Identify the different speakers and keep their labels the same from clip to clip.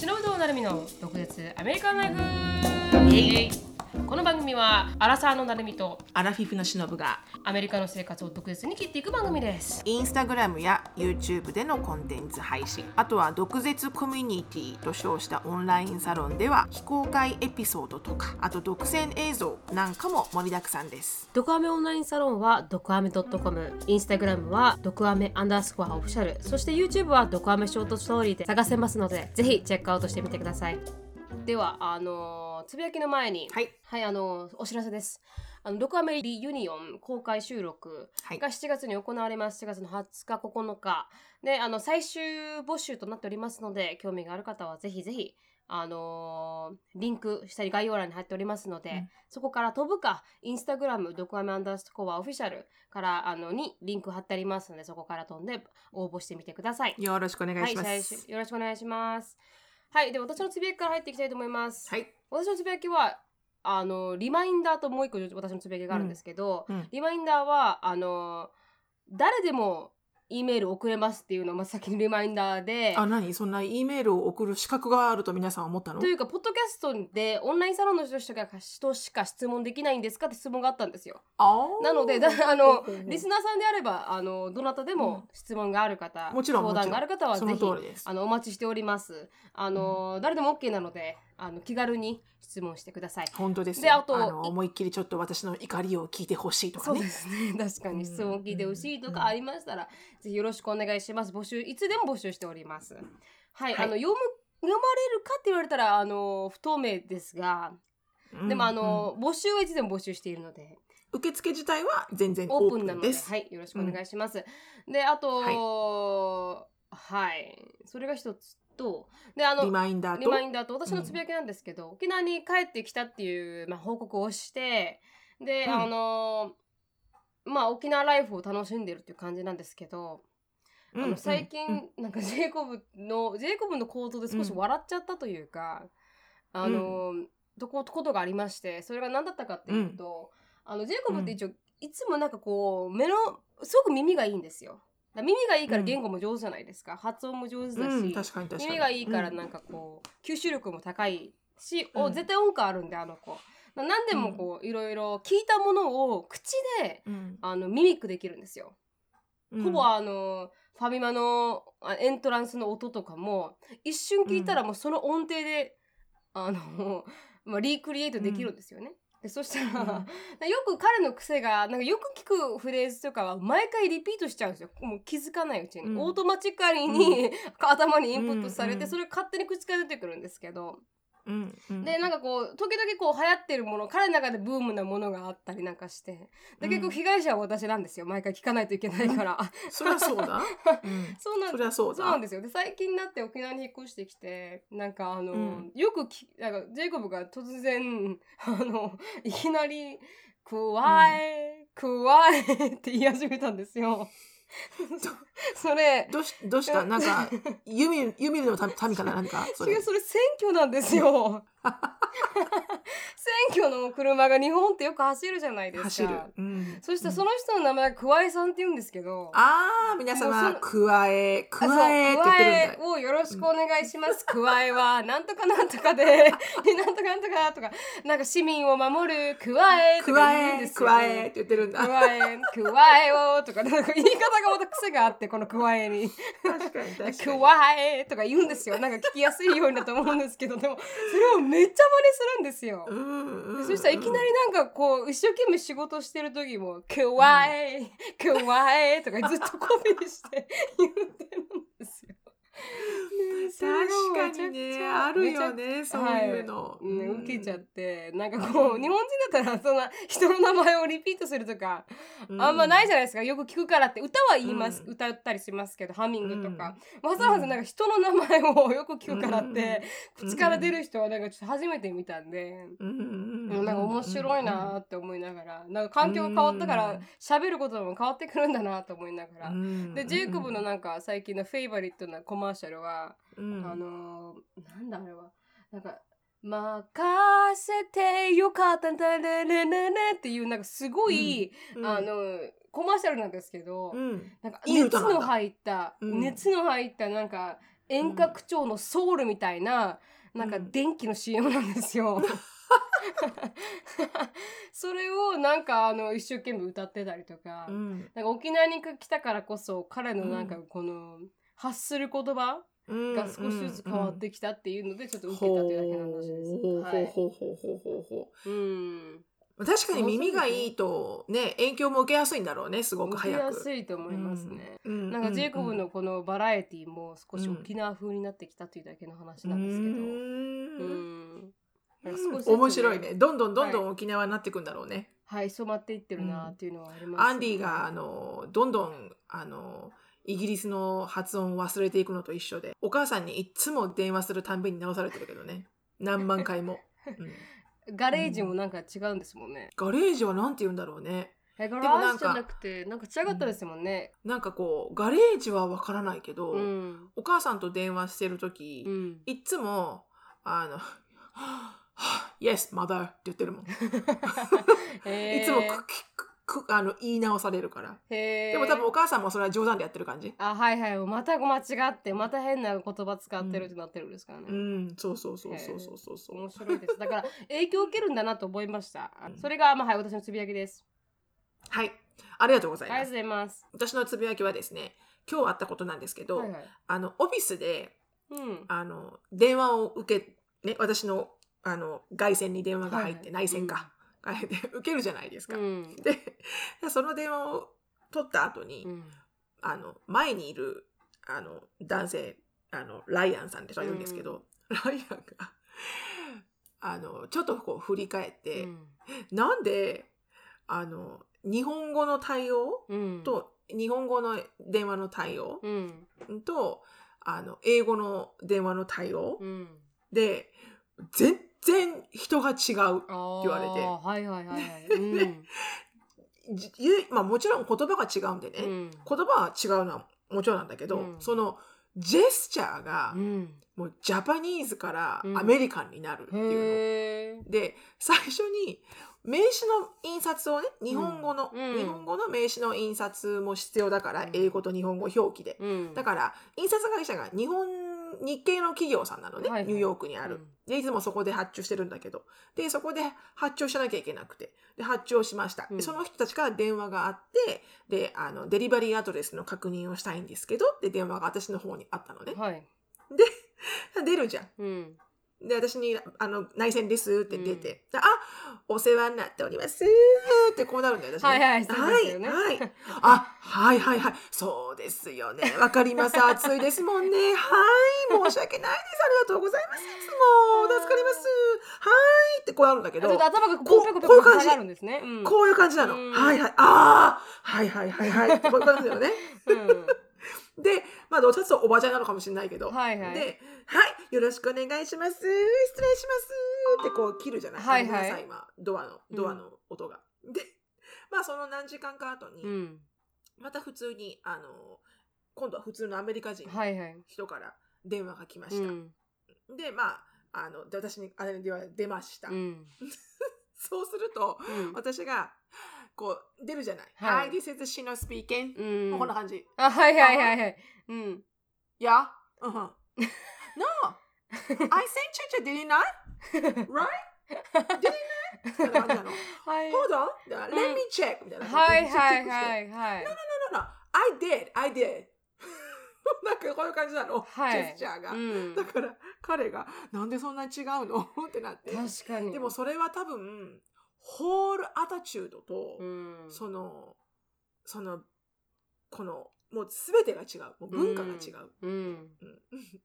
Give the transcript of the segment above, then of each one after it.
Speaker 1: 野成美の独舌アメリカンライフこの番組はアラサーの成美と
Speaker 2: アラフィフのしのぶが
Speaker 1: アメリカの生活を独舌に切っていく番組です
Speaker 2: インスタグラムや YouTube でのコンテンツ配信あとは毒舌コミュニティと称したオンラインサロンでは非公開エピソードとかあと独占映像なんかも盛りだくさんです
Speaker 1: ドクアメオンラインサロンはドクアメ .com インスタグラムはドクアメアンダースコアオフィシャルそして YouTube はドクアメショートストーリーで探せますのでぜひチェックアウトしてみてくださいではあのーつぶやきの前に
Speaker 2: はい
Speaker 1: はい、あのお知らせです。あのドクアメリユニオン公開収録
Speaker 2: はい
Speaker 1: が7月に行われます。7月の20日、9日であの最終募集となっておりますので、興味がある方はぜひぜひあのーリンク下に概要欄に貼っておりますので、
Speaker 2: うん
Speaker 1: そこから飛ぶか、インスタグラムドクアメアンダースコアオフィシャルからあのにリンク貼ってありますので、そこから飛んで応募してみてください。
Speaker 2: よろしくお願い
Speaker 1: は
Speaker 2: し
Speaker 1: い、
Speaker 2: ま
Speaker 1: 最
Speaker 2: す
Speaker 1: 終よろしくお願いします。はい、で私のつぶやきから入っていきたいと思います。
Speaker 2: はい、
Speaker 1: 私のつぶやきはあのリマインダーともう一個私のつぶやきがあるんですけど、
Speaker 2: うんうん
Speaker 1: リマインダーはあの誰でも E メール送れますっていうのを真っ先にリマインダーで
Speaker 2: あ何そんな E メールを送る資格があると皆さん思ったの
Speaker 1: というかポッドキャストでオンラインサロンの人しか人しか質問できないんですかって質問があったんですよ。
Speaker 2: あー
Speaker 1: なのでだあの
Speaker 2: ほうほうほう
Speaker 1: リスナーさんであればあのどなたでも質問がある方、
Speaker 2: うんもちろん
Speaker 1: 相談がある方は
Speaker 2: そ
Speaker 1: ぜ
Speaker 2: の
Speaker 1: ひ
Speaker 2: 通りです
Speaker 1: あのお待ちしております。あの、誰でも OK なのであの気軽に質問してください。
Speaker 2: 本当ですよ
Speaker 1: であと
Speaker 2: の思いっきりちょっと私の怒りを聞いてほしいとか
Speaker 1: そう
Speaker 2: ね
Speaker 1: です ね確か
Speaker 2: うん
Speaker 1: に質問を聞いてほしいと
Speaker 2: うん
Speaker 1: かありましたら、ぜひよろしくお願いします募集いつでも募集しておりますはい、
Speaker 2: はい
Speaker 1: あの読む読まれるかって言われたらあの不透明ですが
Speaker 2: うん
Speaker 1: でもあの、募集はいつでも募集しているので
Speaker 2: うん受付自体は全然
Speaker 1: オ
Speaker 2: オ
Speaker 1: ープンな
Speaker 2: ープ
Speaker 1: の
Speaker 2: ン
Speaker 1: で
Speaker 2: です
Speaker 1: はいよろしくお願いします、であとはい、それが一つとであの
Speaker 2: リマインダー
Speaker 1: リ
Speaker 2: と
Speaker 1: マインダーと私のつぶやきなんですけど、沖縄に帰ってきたっていう、まあ、報告をしてで、
Speaker 2: うん
Speaker 1: あのーまあ沖縄ライフを楽しんでるっていう感じなんですけど、
Speaker 2: うん
Speaker 1: あ
Speaker 2: う
Speaker 1: の
Speaker 2: ん
Speaker 1: 最近、
Speaker 2: うん
Speaker 1: なんかジ ェイコブのジェイコブの行動で少し笑っちゃったというか、あのーとこことがありましてそれが何だったかっていうと、あのジェイコブって一応、いつもなんかこう目のすごく耳がいいんですよ。だから耳がいいから言語も上手じゃないですか、発音も上手だし、
Speaker 2: うん、確かに確かに
Speaker 1: 耳がいいから
Speaker 2: うん
Speaker 1: なんかこう吸収力も高いし、
Speaker 2: うん
Speaker 1: お絶対音感あるんであの子な何でもこういろいろ聞いたものを口で
Speaker 2: うん
Speaker 1: あのミミックできるんですよ、
Speaker 2: うん
Speaker 1: ほぼあのファミマのあエントランスの音とかも一瞬聞いたらもうその音程で、あの、まあ、リクリエイトできるんですよね、でそしたら、
Speaker 2: うん
Speaker 1: よく彼の癖がなんかよく聞くフレーズとかは毎回リピートしちゃうんですよもう気づかないうちに、
Speaker 2: うん
Speaker 1: オートマチカリに、頭にインプットされて、
Speaker 2: うんうん
Speaker 1: それ勝手に口から出てくるんですけど、
Speaker 2: うんうん、
Speaker 1: でなんかこう時々こう流行ってるもの彼の中でブームなものがあったりなんかしてで結
Speaker 2: う
Speaker 1: 局
Speaker 2: ん
Speaker 1: 被害者は私なんですよ毎回聞かないといけない から、
Speaker 2: そりゃそ うだ、うん、
Speaker 1: そうなん
Speaker 2: そりゃそうだ
Speaker 1: そうなんですよで最近になって沖縄に引っ越してきてなんかあの、
Speaker 2: うん
Speaker 1: よくきなんかジェイコブが突然 あのいきなり「くわえ、くわえ」って言い始めたんですよ。それ
Speaker 2: どうしどうしたなんかユミユミルのた民かななんかそ
Speaker 1: 違
Speaker 2: れ
Speaker 1: うそれ選挙なんですよ。 選挙の車が日本ってよく走るじゃないですか。
Speaker 2: 走る、うん、
Speaker 1: そして
Speaker 2: うん
Speaker 1: その人の名前は桑井さんって言うんですけど。
Speaker 2: あー皆
Speaker 1: もう
Speaker 2: 様
Speaker 1: そ
Speaker 2: くわえくわえって
Speaker 1: あそう加
Speaker 2: 言ってるん
Speaker 1: え
Speaker 2: だ
Speaker 1: をよろしくお願いし ます。くわえはなんとかなんとかで、なんとかなんとかとか、なんか市民を守るくわえと
Speaker 2: く
Speaker 1: か
Speaker 2: わ
Speaker 1: 言うんで
Speaker 2: え
Speaker 1: すよ。
Speaker 2: くわえって言ってるん
Speaker 1: く
Speaker 2: だ
Speaker 1: わえ、くわえをとか、なんか言い方がまた癖があって、このくわえに。
Speaker 2: 確かに確か
Speaker 1: く
Speaker 2: に
Speaker 1: わえとか言うんですよ。なんか聞きやすいようにだと思うんですけど、でも、それをめっちゃ真似するんですよ。
Speaker 2: うんうん、
Speaker 1: そしたらいきなりなんかこう一生懸命仕事してる時も「くわえくわえ」とかずっとコピーして 言ってるんですよ。ねそれ
Speaker 2: 確
Speaker 1: が
Speaker 2: か
Speaker 1: めちゃ
Speaker 2: に
Speaker 1: くちゃ
Speaker 2: ねあるよ
Speaker 1: めち
Speaker 2: ねそういうの、
Speaker 1: ゃね受けちゃっ
Speaker 2: う
Speaker 1: てなんかこう日本人だったらそんな人の名前をリピートするとか
Speaker 2: ん
Speaker 1: あんまないじゃないですかよく聞くからって歌は言います、
Speaker 2: うん
Speaker 1: 歌ったりしますけどハミングとか、わざわざなんか人の名前をよく聞くからって、
Speaker 2: うん
Speaker 1: 口から出る人はなんかちょっと初めて見たんで。
Speaker 2: うんうん
Speaker 1: で
Speaker 2: う
Speaker 1: も
Speaker 2: ん、
Speaker 1: なんか面白いなーって思いながら、なんか環境が変わったか
Speaker 2: う
Speaker 1: ら
Speaker 2: ん
Speaker 1: 喋ることも変わってくるんだなと思いながら。
Speaker 2: うん
Speaker 1: で、ジェイコブのなんか最近のフェイバリットなコマーシャルは、
Speaker 2: うん
Speaker 1: あのー、なんだあれは、なんか、任せてよかったんだねねねねっていうなんかすごい、
Speaker 2: うん
Speaker 1: あのーコマーシャルなんですけど、
Speaker 2: うん
Speaker 1: なんか
Speaker 2: いい
Speaker 1: 熱
Speaker 2: 歌なんだ
Speaker 1: の入った、
Speaker 2: うん
Speaker 1: 熱の入ったなんか遠隔調のソウルみたいな、なんか
Speaker 2: うん
Speaker 1: 電気の CM なんです よ。それをなんかあの一生懸命歌ってたりとか、
Speaker 2: うん
Speaker 1: なんか沖縄に来たからこそ彼のなんかこの発する言葉
Speaker 2: うん
Speaker 1: が少しずつ変わってきたっていうのでちょっと受けたというだけの話です。
Speaker 2: ほう
Speaker 1: はい
Speaker 2: ほうほうほうほうほうほ
Speaker 1: うん、
Speaker 2: う確かに耳がいいとね影響も受けやすいんだろうねすごく
Speaker 1: 受け
Speaker 2: 早
Speaker 1: や
Speaker 2: く
Speaker 1: すいと思いますね。
Speaker 2: うう
Speaker 1: なんかジェイコブ
Speaker 2: う
Speaker 1: のこのバラエティも少し
Speaker 2: うん
Speaker 1: 沖縄風になってきたというだけの話
Speaker 2: ん
Speaker 1: なんですけど、う
Speaker 2: う
Speaker 1: ん、
Speaker 2: ん
Speaker 1: なんか少しずつね
Speaker 2: 面白いねどんどんどんどん沖縄になっていくんだろうね、
Speaker 1: はい染まっていってるなっていうのはあります、
Speaker 2: アンディがあのどんどんあのイギリスの発音を忘れていくのと一緒でお母さんにいっつも電話するたんびに直されてるけ どね何万回も、うん
Speaker 1: ガレージもなんか違うんですもんね。
Speaker 2: ガレージはなんて言うんだろうね
Speaker 1: えガ
Speaker 2: でも
Speaker 1: ラ
Speaker 2: な
Speaker 1: ー
Speaker 2: ん
Speaker 1: ジ
Speaker 2: か
Speaker 1: じゃなくてなんか違かったですもんね。
Speaker 2: なんかこうガレージはわからないけど、
Speaker 1: うん。
Speaker 2: お母さんと電話してる時、
Speaker 1: うん。
Speaker 2: いっつもあの 「Yes mother」って言ってるもん、
Speaker 1: えー
Speaker 2: いつもくくくあの言い直されるから
Speaker 1: へー
Speaker 2: でも多分お母さんもそれは冗談でやってる感じ
Speaker 1: あはいはいまた間違ってまた変な言葉使ってるってなってるんですからね。
Speaker 2: うんそうそうそうそうそうそうそう
Speaker 1: 面白いです。だから影響を受けるんだなと思いました。あ
Speaker 2: うん
Speaker 1: それが、まあ、はい、私のつぶやきです。
Speaker 2: はい。ありがとうござ
Speaker 1: あ
Speaker 2: い
Speaker 1: りがと
Speaker 2: ま
Speaker 1: う
Speaker 2: す
Speaker 1: ご。ざいます。
Speaker 2: 私のつぶやきはですね、今日あったことなんですけど、
Speaker 1: はいはい。
Speaker 2: あの、オフィスで、
Speaker 1: うん。
Speaker 2: あの、電話を受け、ね、私の、あの、外線に電話が入って、
Speaker 1: はい
Speaker 2: 内線か、が入って、 受けるじゃないです
Speaker 1: う
Speaker 2: か。
Speaker 1: ん。
Speaker 2: で、でその電話を取った後に、
Speaker 1: うん。
Speaker 2: あの、前にいる、あの、男性、あの、ライアンさんって人がいるんですけど、ライアンが、あの、ちょっとこう振り返って、なんで、あの、日本語の対応
Speaker 1: うん。
Speaker 2: と日本語の電話の対応
Speaker 1: うん。
Speaker 2: とあの英語の電話の対応
Speaker 1: うん。
Speaker 2: で全然人が違う
Speaker 1: ああ。
Speaker 2: 言われて
Speaker 1: はいはいはいはい。うん。
Speaker 2: じゆまあ、もちろん言葉が違うんでね、
Speaker 1: う
Speaker 2: 言
Speaker 1: ん。
Speaker 2: 葉は違うのはもちろんなんだけど、
Speaker 1: うん
Speaker 2: そのジェスチャーが
Speaker 1: うん。
Speaker 2: もうジャパニーズから
Speaker 1: うん
Speaker 2: アメリカンになるっていうの。
Speaker 1: へえ。
Speaker 2: で最初に名刺の印刷をね日本語の、
Speaker 1: うんうん
Speaker 2: 日本語の名刺の印刷も必要だから、
Speaker 1: うん
Speaker 2: 英語と日本語表記で
Speaker 1: うん。
Speaker 2: だから印刷会社が日本日系の企業さんなのね、
Speaker 1: はいはい
Speaker 2: ニューヨークにある、でいつもそこで発注してるんだけどでそこで発注しなきゃいけなくてで発注をしました、
Speaker 1: うん
Speaker 2: でその人たちから電話があってであのデリバリーアドレスの確認をしたいんですけどって電話が私の方にあったのね
Speaker 1: うん。はい。
Speaker 2: 出るじゃん
Speaker 1: うん。
Speaker 2: で私にあの「内線です」って出て「であお世話になっております」ってこうなるんだよ私、ね、
Speaker 1: はいはいそうですよね
Speaker 2: はいはいあはいはいはいそうですよねわかり ます暑いですもんねはい申し訳ないですありがとうございますいつも助かりますはいってこうなるんだけ
Speaker 1: ち
Speaker 2: ど
Speaker 1: ょっと頭が
Speaker 2: こ
Speaker 1: こ
Speaker 2: う
Speaker 1: うペコペ
Speaker 2: こういう
Speaker 1: コ
Speaker 2: 感じ
Speaker 1: 下がるんですね。うん。
Speaker 2: こういう感じなの、
Speaker 1: うん
Speaker 2: はいはいああはいはいはいはいってこういう感じだよね
Speaker 1: うん。
Speaker 2: でまあどっちかというとおばちゃんなのかもしれないけど、
Speaker 1: はいはい。
Speaker 2: で、はい、よろしくお願いします。失礼します。ってこう切るじゃない。
Speaker 1: はいはい
Speaker 2: ごめんなさ今、ドアの、ドアの音が。で、まあその何時間か後に、
Speaker 1: うん。
Speaker 2: また普通に、あの、今度は普通のアメリカ人の
Speaker 1: はいはい。
Speaker 2: 人から電話が来ま
Speaker 1: う
Speaker 2: した。
Speaker 1: ん。
Speaker 2: で、まあ、あの、で私に、あれに電話出ました。
Speaker 1: うん。
Speaker 2: そうすると、
Speaker 1: うん
Speaker 2: 私が、こう、出るじゃない。
Speaker 1: は
Speaker 2: Hi,
Speaker 1: い
Speaker 2: this is Shino speaking.、
Speaker 1: うん。
Speaker 2: こんな感じ。
Speaker 1: あ、はいはいはいはい。うん。
Speaker 2: Yeah? Uh-huh. no! I sent you to, did you not? Right? みたいな感じな の
Speaker 1: はい。
Speaker 2: Hold on, let me check みたいな感じ
Speaker 1: はいは
Speaker 2: で
Speaker 1: い
Speaker 2: チェックして
Speaker 1: はいはい。
Speaker 2: No, no, I did, I did. なんかこういう感じなの、
Speaker 1: はい。
Speaker 2: ジェスチャーが。
Speaker 1: うん
Speaker 2: だ。から彼がなんでそんなに違うの ってなって。
Speaker 1: 確かに。
Speaker 2: でもそれは多分、ホールアタチュードと、
Speaker 1: うん。
Speaker 2: その、その、この、もう全てが違う。もう文化が違う。
Speaker 1: うん。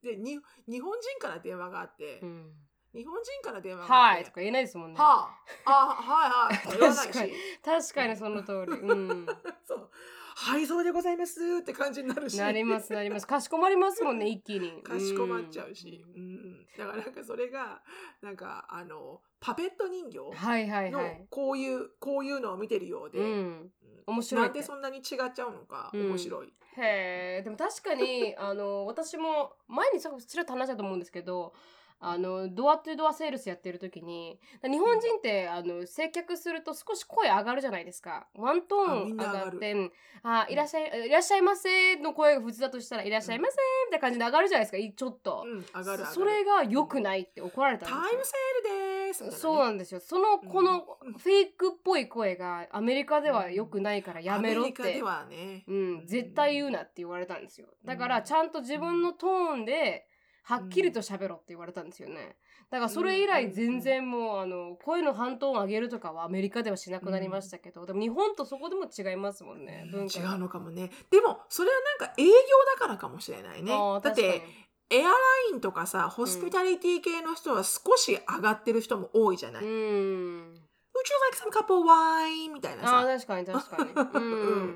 Speaker 2: でに、日本人から電話があって、
Speaker 1: うん。
Speaker 2: 日本人から電話があ
Speaker 1: はい
Speaker 2: って
Speaker 1: と、か言えないですもんね。
Speaker 2: はあ、あ、はいはい。言わな い
Speaker 1: 確かに
Speaker 2: し。
Speaker 1: 確かにその通り。 うん。
Speaker 2: そう。はい、そうでございますって感じになるし。
Speaker 1: なりますなります。かしこまりますもんね、一気に。
Speaker 2: かしこまっちゃうし。うん。だからなんかそれが、なんかあの、パペット人
Speaker 1: うん。
Speaker 2: 形
Speaker 1: はいはいは
Speaker 2: の
Speaker 1: い。
Speaker 2: こういう、こういうのを見てるようで、
Speaker 1: うん。
Speaker 2: うん
Speaker 1: 面白いっ
Speaker 2: なん
Speaker 1: て
Speaker 2: でそんなに違っちゃうのか、
Speaker 1: うん
Speaker 2: 面白い。
Speaker 1: へえでも確かにあの私も前にちょっとちらっと話したと思うんですけどあのドアトゥドアセールスやってる時に日本人ってあの接客すると少し声上がるじゃないですかワント
Speaker 2: あ
Speaker 1: ーン上
Speaker 2: みんな上が
Speaker 1: が
Speaker 2: る
Speaker 1: って「あいらっしゃいいらっしゃいませ」の声が普通だとしたら「いらっしゃいませ」みたいな感じで上がるじゃないですかいちょっと、
Speaker 2: うん、上がる上がる
Speaker 1: それが良くないって怒られた
Speaker 2: タ
Speaker 1: んです
Speaker 2: イ
Speaker 1: よ
Speaker 2: ムセールですみたいなね
Speaker 1: そうなんですよその
Speaker 2: うん
Speaker 1: このフェイクっぽい声がアメリカでは良くないからやめろっ
Speaker 2: アメリカ
Speaker 1: て
Speaker 2: で、はね、
Speaker 1: うん、絶対言うなって言われたんですよだか
Speaker 2: う
Speaker 1: ら
Speaker 2: ん
Speaker 1: ちゃんと自分のトーンではっきりと喋ろって言われたんですよねだからそれ以
Speaker 2: う
Speaker 1: 来
Speaker 2: ん
Speaker 1: 全然もうあの声の半トーン上げるとかはアメリカではしなくなりましたけどでも日本とそこでも違いますもんね
Speaker 2: うん
Speaker 1: 文化
Speaker 2: 違
Speaker 1: が
Speaker 2: うのかもねでもそれはなんか営業だからかもしれないね
Speaker 1: あー
Speaker 2: だっ
Speaker 1: 確
Speaker 2: て
Speaker 1: かに
Speaker 2: エアラインとかさホスピタリティ系の人は少し上がってる人も多いじゃない、
Speaker 1: う
Speaker 2: 宇宙 Would you
Speaker 1: ん
Speaker 2: like some cup of wine? みたいな
Speaker 1: ああ
Speaker 2: さ
Speaker 1: 確かに確 かにうん
Speaker 2: うんうん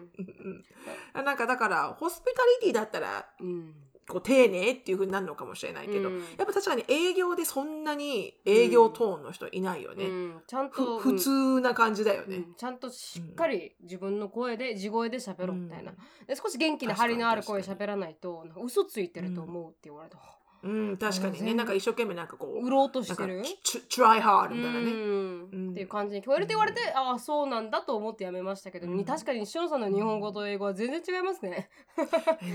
Speaker 2: なんかだからホスピタリティだったら
Speaker 1: うん
Speaker 2: こう丁寧っていう風になるのかもしれないけど、
Speaker 1: うん
Speaker 2: やっぱ確かに営業でそんなに営業トーンの人いないよね、
Speaker 1: うんちゃん
Speaker 2: ふ
Speaker 1: とうん
Speaker 2: 普通な感じだよね、
Speaker 1: うんちゃんとしっかり自分の声で地声で喋ろうみたいな、
Speaker 2: うん
Speaker 1: で少し元気な
Speaker 2: 確かに
Speaker 1: 張りのある声
Speaker 2: 確か
Speaker 1: 喋
Speaker 2: に
Speaker 1: らないとなんか嘘ついてると思うって 言われた、
Speaker 2: うん、確かにね、
Speaker 1: うん
Speaker 2: なんか一生懸命なんかこ
Speaker 1: 売
Speaker 2: う、
Speaker 1: ろうとし
Speaker 2: なん
Speaker 1: て
Speaker 2: か
Speaker 1: る
Speaker 2: チュ、try hard
Speaker 1: う
Speaker 2: みたいなね。
Speaker 1: ん
Speaker 2: うん
Speaker 1: っていう感じに聞こえるって言われて、ああそうなんだと思ってやめましたけど、
Speaker 2: うん
Speaker 1: 確かにしのさんの日本語と英語は全然違いますね。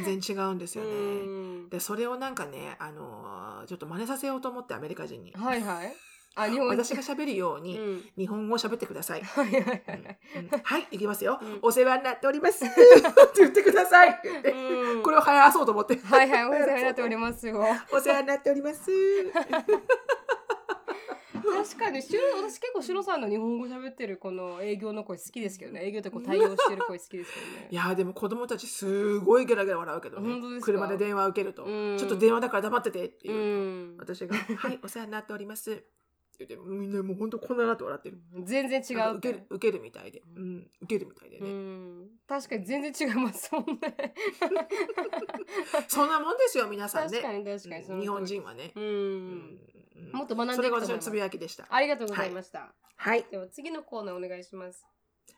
Speaker 2: 全然違うんですよ
Speaker 1: う
Speaker 2: ね。
Speaker 1: ん
Speaker 2: で、それをなんかね、あのーちょっと真似させようと思ってアメリカ人に。
Speaker 1: はいはい。あ日本語
Speaker 2: 私が喋るよう
Speaker 1: う
Speaker 2: に、
Speaker 1: ん、
Speaker 2: 日本語を喋ってく ださい。
Speaker 1: はいはい は
Speaker 2: うん
Speaker 1: い。
Speaker 2: うんはい、いきますよ、
Speaker 1: うん
Speaker 2: お世話になってお ります。って言ってください。
Speaker 1: うん
Speaker 2: これを流行らそうと思って。
Speaker 1: はいはい、お世話になっております よ。
Speaker 2: お世話になっております。
Speaker 1: 確かにしゅ私結構しのさんの日本語喋ってるこの営業の声好きですけどね営業ってこう対応してる声好きですけどね
Speaker 2: いやーでも子供たちすごいゲラゲラ笑うけどね
Speaker 1: 本当ですか
Speaker 2: 車で電話受けると、
Speaker 1: うん
Speaker 2: ちょっと電話だから黙っててっていうう、
Speaker 1: ん
Speaker 2: 私が「はいお世話になっております」って言ってみんなもう本当こんななって笑ってる
Speaker 1: 全然違
Speaker 2: なん
Speaker 1: う
Speaker 2: か受ける受けるみたいで、うん、受けるみたいで
Speaker 1: う
Speaker 2: ね、
Speaker 1: ん確かに全然違いますもんね
Speaker 2: そんなもんですよ皆さん
Speaker 1: 確か
Speaker 2: ね
Speaker 1: に確かにその通り
Speaker 2: 日本人はね
Speaker 1: う、
Speaker 2: うんん
Speaker 1: もっと学んでいく
Speaker 2: それが
Speaker 1: と思い
Speaker 2: 私の
Speaker 1: ます
Speaker 2: つぶやきでした
Speaker 1: ありがとうございました、
Speaker 2: はい
Speaker 1: では次のコーナーお願いします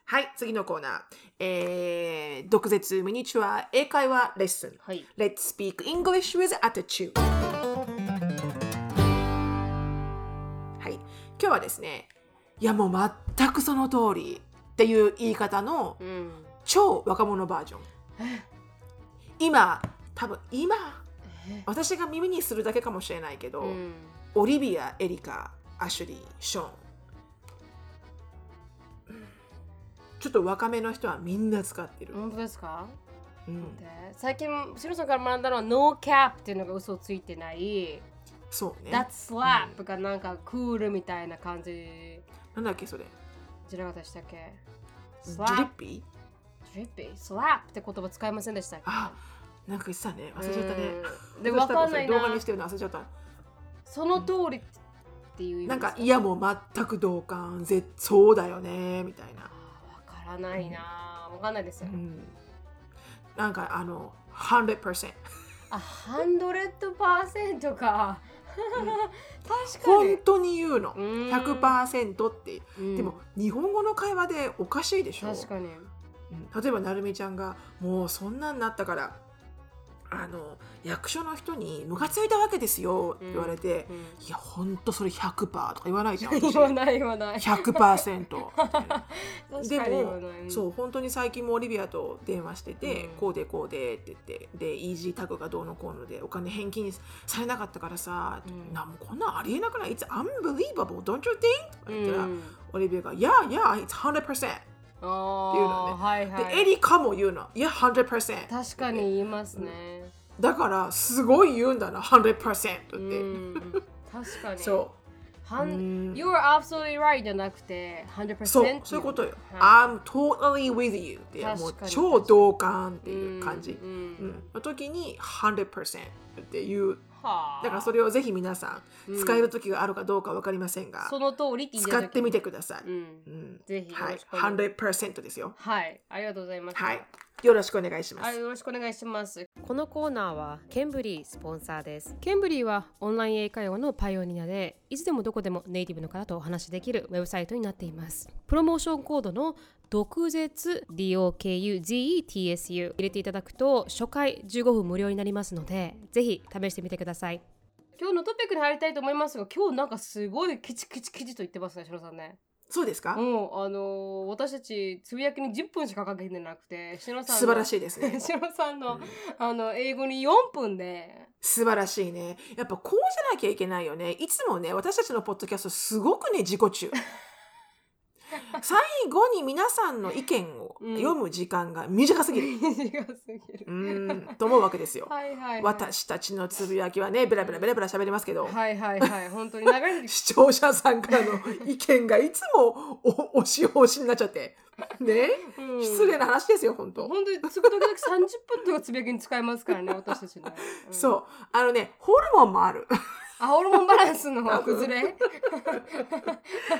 Speaker 2: はい次のコーナー、えー、毒舌ミニチュア英会話レッスン
Speaker 1: はい
Speaker 2: Let's speak English with attitude はい今日はですねいやもう全くその通りっていう言い方の
Speaker 1: うん
Speaker 2: 超若者バージョン今多分今私が耳にするだけかもしれないけど、
Speaker 1: うん
Speaker 2: オリビアエリカアシュリーショーンちょっと若めの人はみんな使ってる、
Speaker 1: 本当ですか
Speaker 2: うん
Speaker 1: で最近しのさんから学んだのはノーキャップっていうのが嘘をついてない
Speaker 2: そうね
Speaker 1: That slap がなんかクールみたいな感じ
Speaker 2: なんだっけそれ
Speaker 1: じゃなかったでしたっけ
Speaker 2: ドリ
Speaker 1: ?slap
Speaker 2: ッピー
Speaker 1: ドリッピースラップって言葉使いませんでしたっけ
Speaker 2: あなんか言ってた ね忘れちゃったね
Speaker 1: うんで
Speaker 2: どうし
Speaker 1: わ
Speaker 2: た
Speaker 1: かんないな
Speaker 2: 動画にしてるの忘れちゃった
Speaker 1: その通りっていう意味
Speaker 2: なんか
Speaker 1: です
Speaker 2: いやもう全く同感絶そうだよねみたいな、
Speaker 1: あーわからないなわかんないです
Speaker 2: う
Speaker 1: よ、
Speaker 2: ん、なんかあの100%
Speaker 1: あハンドレッドパーセントか確か
Speaker 2: 本
Speaker 1: に
Speaker 2: 当に言うの
Speaker 1: うん
Speaker 2: 100%って、
Speaker 1: うん
Speaker 2: でも日本語の会話でおかしいでしょ
Speaker 1: 確かに
Speaker 2: うん例えばなるみちゃんがもうそんなんなったからあの役所の人にムカついたわけですよって言われて、
Speaker 1: うん
Speaker 2: いやほんとそれ100%とか言わな いじゃん私
Speaker 1: 言わない言わない
Speaker 2: 100%みたいな
Speaker 1: 確
Speaker 2: で
Speaker 1: かに言わ
Speaker 2: も
Speaker 1: ない
Speaker 2: そう本当に最近もオリビアと電話してて、
Speaker 1: うん
Speaker 2: こうでこうでって言ってで EG タグがどうのこうのでお金返金されなかったからさ、
Speaker 1: うん
Speaker 2: なんもこんなんありえなくない It's unbelievable don't you think? っ
Speaker 1: う
Speaker 2: て言ったら、
Speaker 1: ん
Speaker 2: オリビアが「Yeah yeah it's 100%」っていう
Speaker 1: あ
Speaker 2: のね
Speaker 1: あはい
Speaker 2: で、
Speaker 1: はい
Speaker 2: エリカも言うの「Yeah 100%
Speaker 1: 確かに言いますね、」
Speaker 2: だからすごい言うんだな100%って、
Speaker 1: うん、確かに
Speaker 2: そ
Speaker 1: は
Speaker 2: うんん
Speaker 1: You're absolutely right じゃなくて100%
Speaker 2: うそうそういうことよ、
Speaker 1: は
Speaker 2: I'm totally with you って
Speaker 1: 確かに
Speaker 2: もう超同感って
Speaker 1: い
Speaker 2: いう感じ、
Speaker 1: うん
Speaker 2: うん、の時に100%っていう
Speaker 1: はあ
Speaker 2: だからそれをぜひ皆さん使える時があるかどうか分かりませんが、
Speaker 1: その通りって言
Speaker 2: 使ってみ
Speaker 1: て、
Speaker 2: てください、
Speaker 1: うん
Speaker 2: う、ん
Speaker 1: ぜひよ
Speaker 2: は
Speaker 1: ろ
Speaker 2: い
Speaker 1: しくお願い
Speaker 2: 100%ですよ
Speaker 1: はいありがとうございます
Speaker 2: はいよろしくお願いしま
Speaker 1: は
Speaker 2: す
Speaker 1: い、よろしくお願いします。
Speaker 3: このコーナーはケンブリースポンサーです
Speaker 1: ケンブリーはオンライン英会話のパイオニアで、いつでもどこでもネイティブの方とお話しできるウェブサイトになっています。
Speaker 3: プロモーションコードの毒舌 DOKUZETSU 入れていただくと初回15分無料になりますのでぜひ試してみてください
Speaker 1: 今日のトピックに入りたいと思いますが今日なんかすごいケチケチケチと言ってますねしのさんね
Speaker 2: そうですか、
Speaker 1: うんあのー私たちつぶやきに10分しかかけてなくてしのさんの
Speaker 2: 素晴らしいです ね
Speaker 1: しのさんのあの英語に4分で
Speaker 2: 素晴らしいねやっぱこうじゃなきゃいけないよねいつもね私たちのポッドキャストすごくね自己 中最後に皆さんの意見を
Speaker 1: うん
Speaker 2: 読む時間が短すぎる、
Speaker 1: 短すぎる
Speaker 2: うーんと思うわけですよ、
Speaker 1: はいはい、はい、
Speaker 2: 私たちのつぶやきはねベラベラベラベラ喋りますけど、
Speaker 1: はいはいはい本当に長い時
Speaker 2: 視聴者さんからの意見がいつもお押し押しになっちゃってね
Speaker 1: うん
Speaker 2: 失礼な話ですよ本当、
Speaker 1: 本当につく時々30分とかつぶやきに使えますからね私たちね、うん
Speaker 2: そうあのねホルモンもある
Speaker 1: あホルモンバランスの崩れ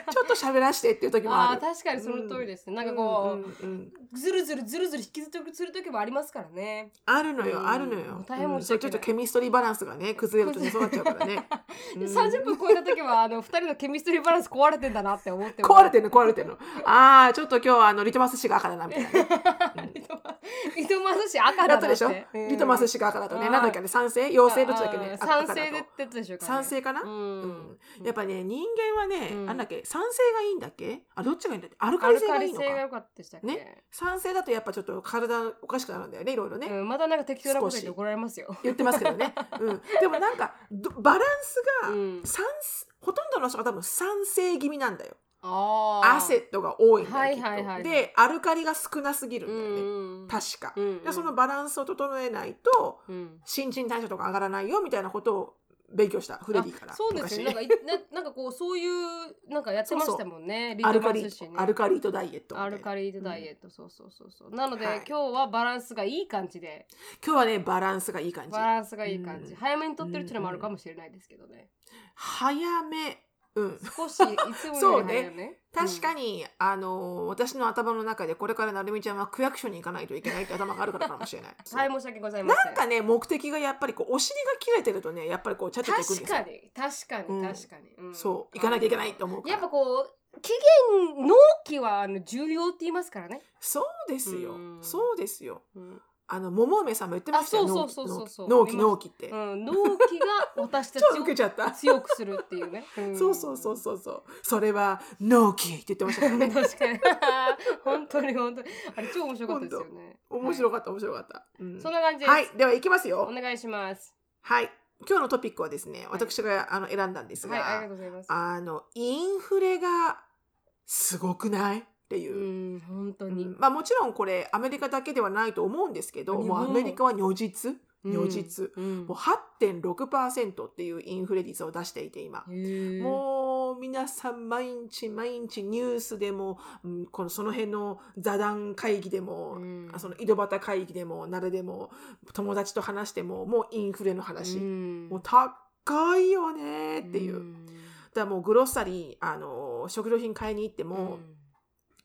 Speaker 2: ちょっと喋らしてっていう時も
Speaker 1: あ
Speaker 2: あ
Speaker 1: あ
Speaker 2: る
Speaker 1: 確かにその通りですね、なんか
Speaker 2: う
Speaker 1: こ
Speaker 2: んうんうん
Speaker 1: うずるずるずるずる引きずってする時もありますからね
Speaker 2: あるの
Speaker 1: う
Speaker 2: よ
Speaker 1: ん
Speaker 2: あるのよ、
Speaker 1: 大変
Speaker 2: うん
Speaker 1: 申し
Speaker 2: それち
Speaker 1: 訳
Speaker 2: ょ
Speaker 1: ない
Speaker 2: っとケミストリーバランスがね崩れるとねそうなっちゃうから ね
Speaker 1: で30分超えた時はあの2人のケミストリーバランス壊れてんだなって思っても
Speaker 2: 壊れてるの壊れてるのああちょっと今日はあのリトマス紙が赤だなみ たいなね
Speaker 1: リトマスリトマス紙赤だな
Speaker 2: だ
Speaker 1: っ
Speaker 2: ってたでしょ
Speaker 1: うん
Speaker 2: リトマス紙が赤だと
Speaker 1: あ
Speaker 2: ね
Speaker 1: ー
Speaker 2: なんだっけね酸性陽性どっちだっけ
Speaker 1: あ
Speaker 2: ね
Speaker 1: ー
Speaker 2: 赤
Speaker 1: 酸
Speaker 2: だ
Speaker 1: 性
Speaker 2: と
Speaker 1: でってやつでしょうかね
Speaker 2: 酸性かな
Speaker 1: うん、
Speaker 2: やっぱね人間はね、
Speaker 1: うん
Speaker 2: あんだっけ酸性がいいんだっけあどっちがいいんだっけアルカ
Speaker 1: ア
Speaker 2: リ
Speaker 1: ル
Speaker 2: 性
Speaker 1: カ
Speaker 2: がいい
Speaker 1: リ
Speaker 2: の
Speaker 1: 性が
Speaker 2: か
Speaker 1: 良かったでしたっけ
Speaker 2: ね酸性だとやっぱちょっと体おかしくなるんだよねいろいろね、
Speaker 1: うん、またなんか適当なこと言っ
Speaker 2: 少
Speaker 1: て
Speaker 2: し
Speaker 1: 怒られますよ。
Speaker 2: 言ってますけど ね、うん、でもなんかどバランスが
Speaker 1: うん
Speaker 2: 酸、ほとんどの人が多分酸性気味なんだよ
Speaker 1: あ
Speaker 2: アセットが多いんだよ、
Speaker 1: はい
Speaker 2: きっと
Speaker 1: はいはい
Speaker 2: でアルカリが少なすぎるん
Speaker 1: う
Speaker 2: だよね、
Speaker 1: んうん、
Speaker 2: 確か、
Speaker 1: うんうん
Speaker 2: でそのバランスを整えないと
Speaker 1: うん
Speaker 2: 新陳代謝とか上がらないよみたいなことを勉強したフレディから
Speaker 1: あそうですね。なん
Speaker 2: 昔
Speaker 1: かいななんかこうそういうなんかやってましたもんね。
Speaker 2: ア
Speaker 1: リ
Speaker 2: ル
Speaker 1: トマ
Speaker 2: カリ
Speaker 1: ス紙ね。
Speaker 2: アルカリとダイエットみた
Speaker 1: ア
Speaker 2: いな
Speaker 1: ルカリでダイエット、そうそうそうそうなので、
Speaker 2: はい
Speaker 1: 今日はバランスがいい感じで
Speaker 2: 今日はねバランスがいい感じ
Speaker 1: バランスがいい感じ、
Speaker 2: うん
Speaker 1: 早めに取ってるっていうのもあるかもしれないですけどね、
Speaker 2: 早めうん
Speaker 1: 少しいつもより早いよね
Speaker 2: 確か
Speaker 1: に、
Speaker 2: に、あの私の頭の中でこれからなるみちゃんは区役所に行かないといけないって頭があるからかもしれない
Speaker 1: うん はい申し訳ございませ
Speaker 2: なんんかね目的がやっぱりこうお尻が切れてるとねやっぱりこうちゃちゃっていくん
Speaker 1: 確
Speaker 2: ですよ
Speaker 1: かに確か
Speaker 2: うん
Speaker 1: に確かに、うん
Speaker 2: そう行かなきゃいけないと思うから
Speaker 1: やっぱこう期限納期はあの重要って言いますからね、
Speaker 2: そうですよ
Speaker 1: うん
Speaker 2: そうですよ
Speaker 1: うん
Speaker 2: あの桃梅さんも言ってましたよ
Speaker 1: あ
Speaker 2: 納
Speaker 1: そうそうそうそう
Speaker 2: 納期
Speaker 1: 見ました
Speaker 2: 納期って、
Speaker 1: うん納期が私たち
Speaker 2: 超受けちゃった
Speaker 1: を強くするっていうね、ん
Speaker 2: そうそうそうそうそうそれは納期って言ってまし たからね
Speaker 1: 確かに本当に本当にあれ超面白かったですよね
Speaker 2: 面
Speaker 1: は
Speaker 2: 白かった面白かった、うん
Speaker 1: いそんな感じです、
Speaker 2: はいでは行きますよ
Speaker 1: お願いします
Speaker 2: はい今日のトピックはですね私があの選んだんですが、
Speaker 1: はいありがとうございます
Speaker 2: あのインフレがすごくないっていうう、
Speaker 1: ん本当に、
Speaker 2: まあもちろんこれアメリカだけではないと思うんですけど
Speaker 1: 日
Speaker 2: も
Speaker 1: 本
Speaker 2: うア
Speaker 1: も
Speaker 2: メリカは如実
Speaker 1: うん
Speaker 2: 如実、
Speaker 1: うん
Speaker 2: もう8.6%っていうインフレ率を出していて今、
Speaker 1: へえ
Speaker 2: もう皆さん毎日毎日ニュースでも、うんこのその辺の座談会議でも、
Speaker 1: うん
Speaker 2: その井戸端会議でも誰でも友達と話してももうインフレの話、
Speaker 1: うん
Speaker 2: もう高いよねっていう。
Speaker 1: ん
Speaker 2: だからもうグロッサリーあの食料品買いに行っても、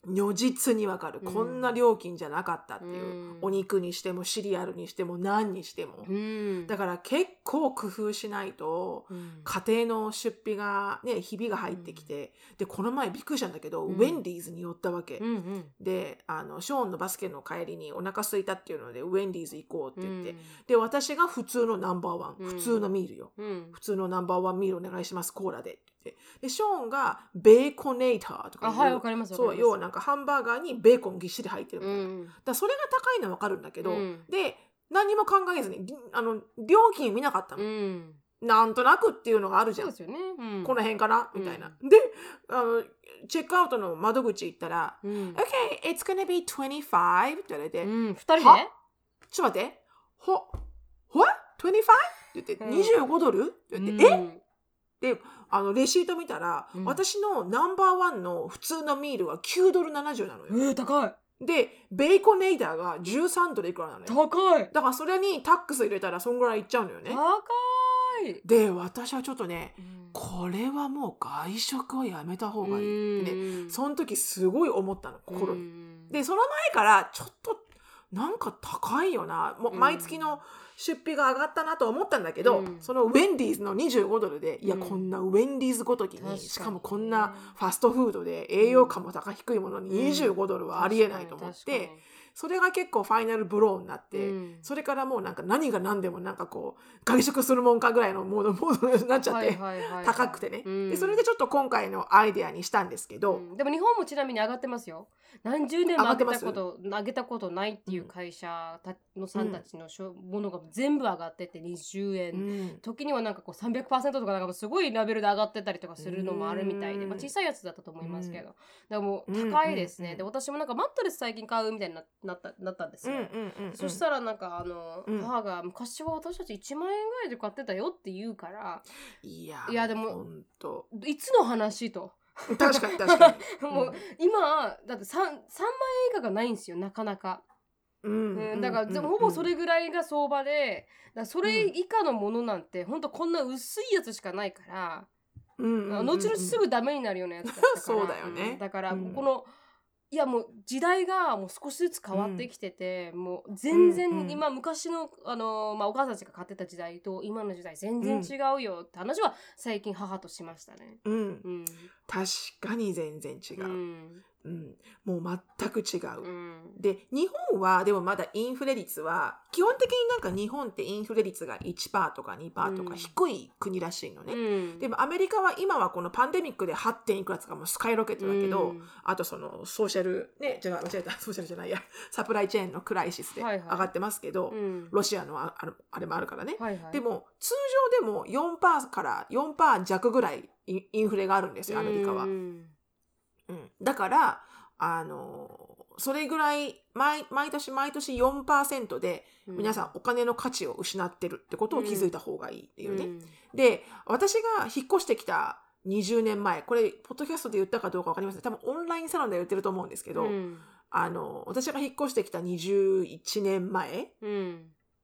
Speaker 2: 如実にわかる、
Speaker 1: うん
Speaker 2: こんな料金じゃなかったっていう、
Speaker 1: うん
Speaker 2: お肉にしてもシリアルにしても何にしても、
Speaker 1: うん
Speaker 2: だから結構工夫しないと
Speaker 1: うん
Speaker 2: 家庭の出費がねひびが入ってきて、でこの前びっくりしたんだけど、
Speaker 1: うん
Speaker 2: ウェンディーズに寄ったわけ、
Speaker 1: うんうん
Speaker 2: であのショーンのバスケの帰りにお腹空いたっていうのでウェンディーズ行こうって言って、で私が普通のナンバーワン、
Speaker 1: うん
Speaker 2: 普通のミールよ、
Speaker 1: うん
Speaker 2: 普通のナンバーワンミールお願いしますコーラでって言ってでショーンがベーコネーターとか
Speaker 1: あ
Speaker 2: いう
Speaker 1: はいわかりますわ
Speaker 2: そ
Speaker 1: か
Speaker 2: う
Speaker 1: ります
Speaker 2: 要はなんかハンバーガーにベーコンぎっしり入ってる
Speaker 1: う
Speaker 2: みたいな、だか
Speaker 1: ん
Speaker 2: らそれが高いのはわかるんだけど、
Speaker 1: うん
Speaker 2: で何にも考えずにりあの料金見なかった
Speaker 1: う
Speaker 2: の、
Speaker 1: ん
Speaker 2: なんとなくっていうのがある
Speaker 1: そ
Speaker 2: じゃ、
Speaker 1: うんですよねうん
Speaker 2: この辺かなみたいな、であのチェックアウトの窓口行ったら
Speaker 1: うん
Speaker 2: OK it's gonna be 25って言われて、
Speaker 1: うん二人で
Speaker 2: はちょっと待ってほほ 25? って
Speaker 1: う
Speaker 2: 言
Speaker 1: ん
Speaker 2: って25ドルって言って、え
Speaker 1: え
Speaker 2: あのレシート見たら、
Speaker 1: うん
Speaker 2: 私のナンバーワンの普通のミールは9ドル70なのよ。
Speaker 1: えー高い
Speaker 2: でベーコネイダーが13ドルいくらなのよ。
Speaker 1: 高い
Speaker 2: だからそれにタックス入れたらそんぐらいいっちゃうのよね。
Speaker 1: 高い
Speaker 2: で私はちょっとね
Speaker 1: うん
Speaker 2: これはもう外食はやめた方がいいってね
Speaker 1: うん
Speaker 2: その時すごい思ったの心に。
Speaker 1: に
Speaker 2: でその前からちょっとなんか高いよなもう
Speaker 1: うん
Speaker 2: 毎月の出費が上がったなと思ったんだけど、
Speaker 1: うん
Speaker 2: そのウェンディーズの25ドルでいや
Speaker 1: うん
Speaker 2: こんなウェンディーズごときに、
Speaker 1: 確かに
Speaker 2: しかもこんなファストフードで栄養価も高低いもの
Speaker 1: うん
Speaker 2: に25ドルはありえないと思って、それが結構ファイナルブローになって、
Speaker 1: うん
Speaker 2: それからもうなんか何が何でもなんかこう外食するもんかぐらいのモードモードになっちゃって、
Speaker 1: はいはいはい
Speaker 2: 高くてね、
Speaker 1: うん
Speaker 2: でそれでちょっと今回のアイデアにしたんですけど、
Speaker 1: うんでも日本もちなみに上がってますよ何十年も上げたこ
Speaker 2: 上
Speaker 1: と上げたことないっていう会社たのさんたちのしょものが全部上がってて20円、
Speaker 2: うん
Speaker 1: 時にはなんかこう300%とかなんかすごいラベルで上がってたりとかするのもあるみたいで、
Speaker 2: うん
Speaker 1: まあ、小さいやつだったと思いますけど、
Speaker 2: う
Speaker 1: だ
Speaker 2: ん
Speaker 1: からもう高いですね、
Speaker 2: うん
Speaker 1: で私もなんかマットレス最近買うみたいにななったなったんです
Speaker 2: うん
Speaker 1: よ、
Speaker 2: うんうん
Speaker 1: そしたらなんかあの、
Speaker 2: うん
Speaker 1: 母が昔は私たち1万円ぐらいで買ってたよって言うから
Speaker 2: いや
Speaker 1: いやでも
Speaker 2: 本当
Speaker 1: いつの話と
Speaker 2: 確かに確かに
Speaker 1: もう今だって 3, 3万円以下がないんですよなかなか、
Speaker 2: う
Speaker 1: うんんだから、でもほぼそれぐらいが相場でだからそれ以下のものなんて、ほんとこんな薄いやつしかないから、
Speaker 2: 後
Speaker 1: 後々すぐダメになるようなやつだったから
Speaker 2: そうだよね
Speaker 1: んだから
Speaker 2: うん
Speaker 1: この、いやもう時代がもう少しずつ変わってきてて、もう全
Speaker 2: うんう
Speaker 1: 然
Speaker 2: ん
Speaker 1: 今昔のあの、まあ、お母さんたちが買ってた時代と今の時代全然違うよって話は最近母としましたね。
Speaker 2: うん
Speaker 1: うん、
Speaker 2: 確かに全然違
Speaker 1: う
Speaker 2: う、
Speaker 1: ん
Speaker 2: うんもう全く違う、
Speaker 1: うん
Speaker 2: で日本はでもまだインフレ率は基本的になんか日本ってインフレ率が1%とか2%と
Speaker 1: う
Speaker 2: か
Speaker 1: ん
Speaker 2: 低い国らしいのね、
Speaker 1: うん
Speaker 2: でもアメリカは今はこのパンデミックで 8. 点いくらとかもうスカイロケットだけど、
Speaker 1: うん
Speaker 2: あとそのソーシャルね違う 間違えたソーシャルじゃないやサプライチェーンのクライシスで
Speaker 1: はいは
Speaker 2: 上
Speaker 1: い
Speaker 2: がってますけど、
Speaker 1: うん
Speaker 2: ロシアのああれあれもあるからね、
Speaker 1: はいはい、
Speaker 2: でも通常でも4%から4%弱ぐらいイインフレがあるんですよアメリカは。
Speaker 1: うん
Speaker 2: うん、だからあのそれぐらい毎毎年毎年4%で
Speaker 1: う
Speaker 2: 皆さんお金の価値を失ってるってことを気づいた方がいいっていうね。で私が引っ越してきた20年前これポッドキャストで言ったかどうか分かりません多分オンラインサロンで言ってると思うんですけ
Speaker 1: け
Speaker 2: ど、あの私が引っ越してきた21年前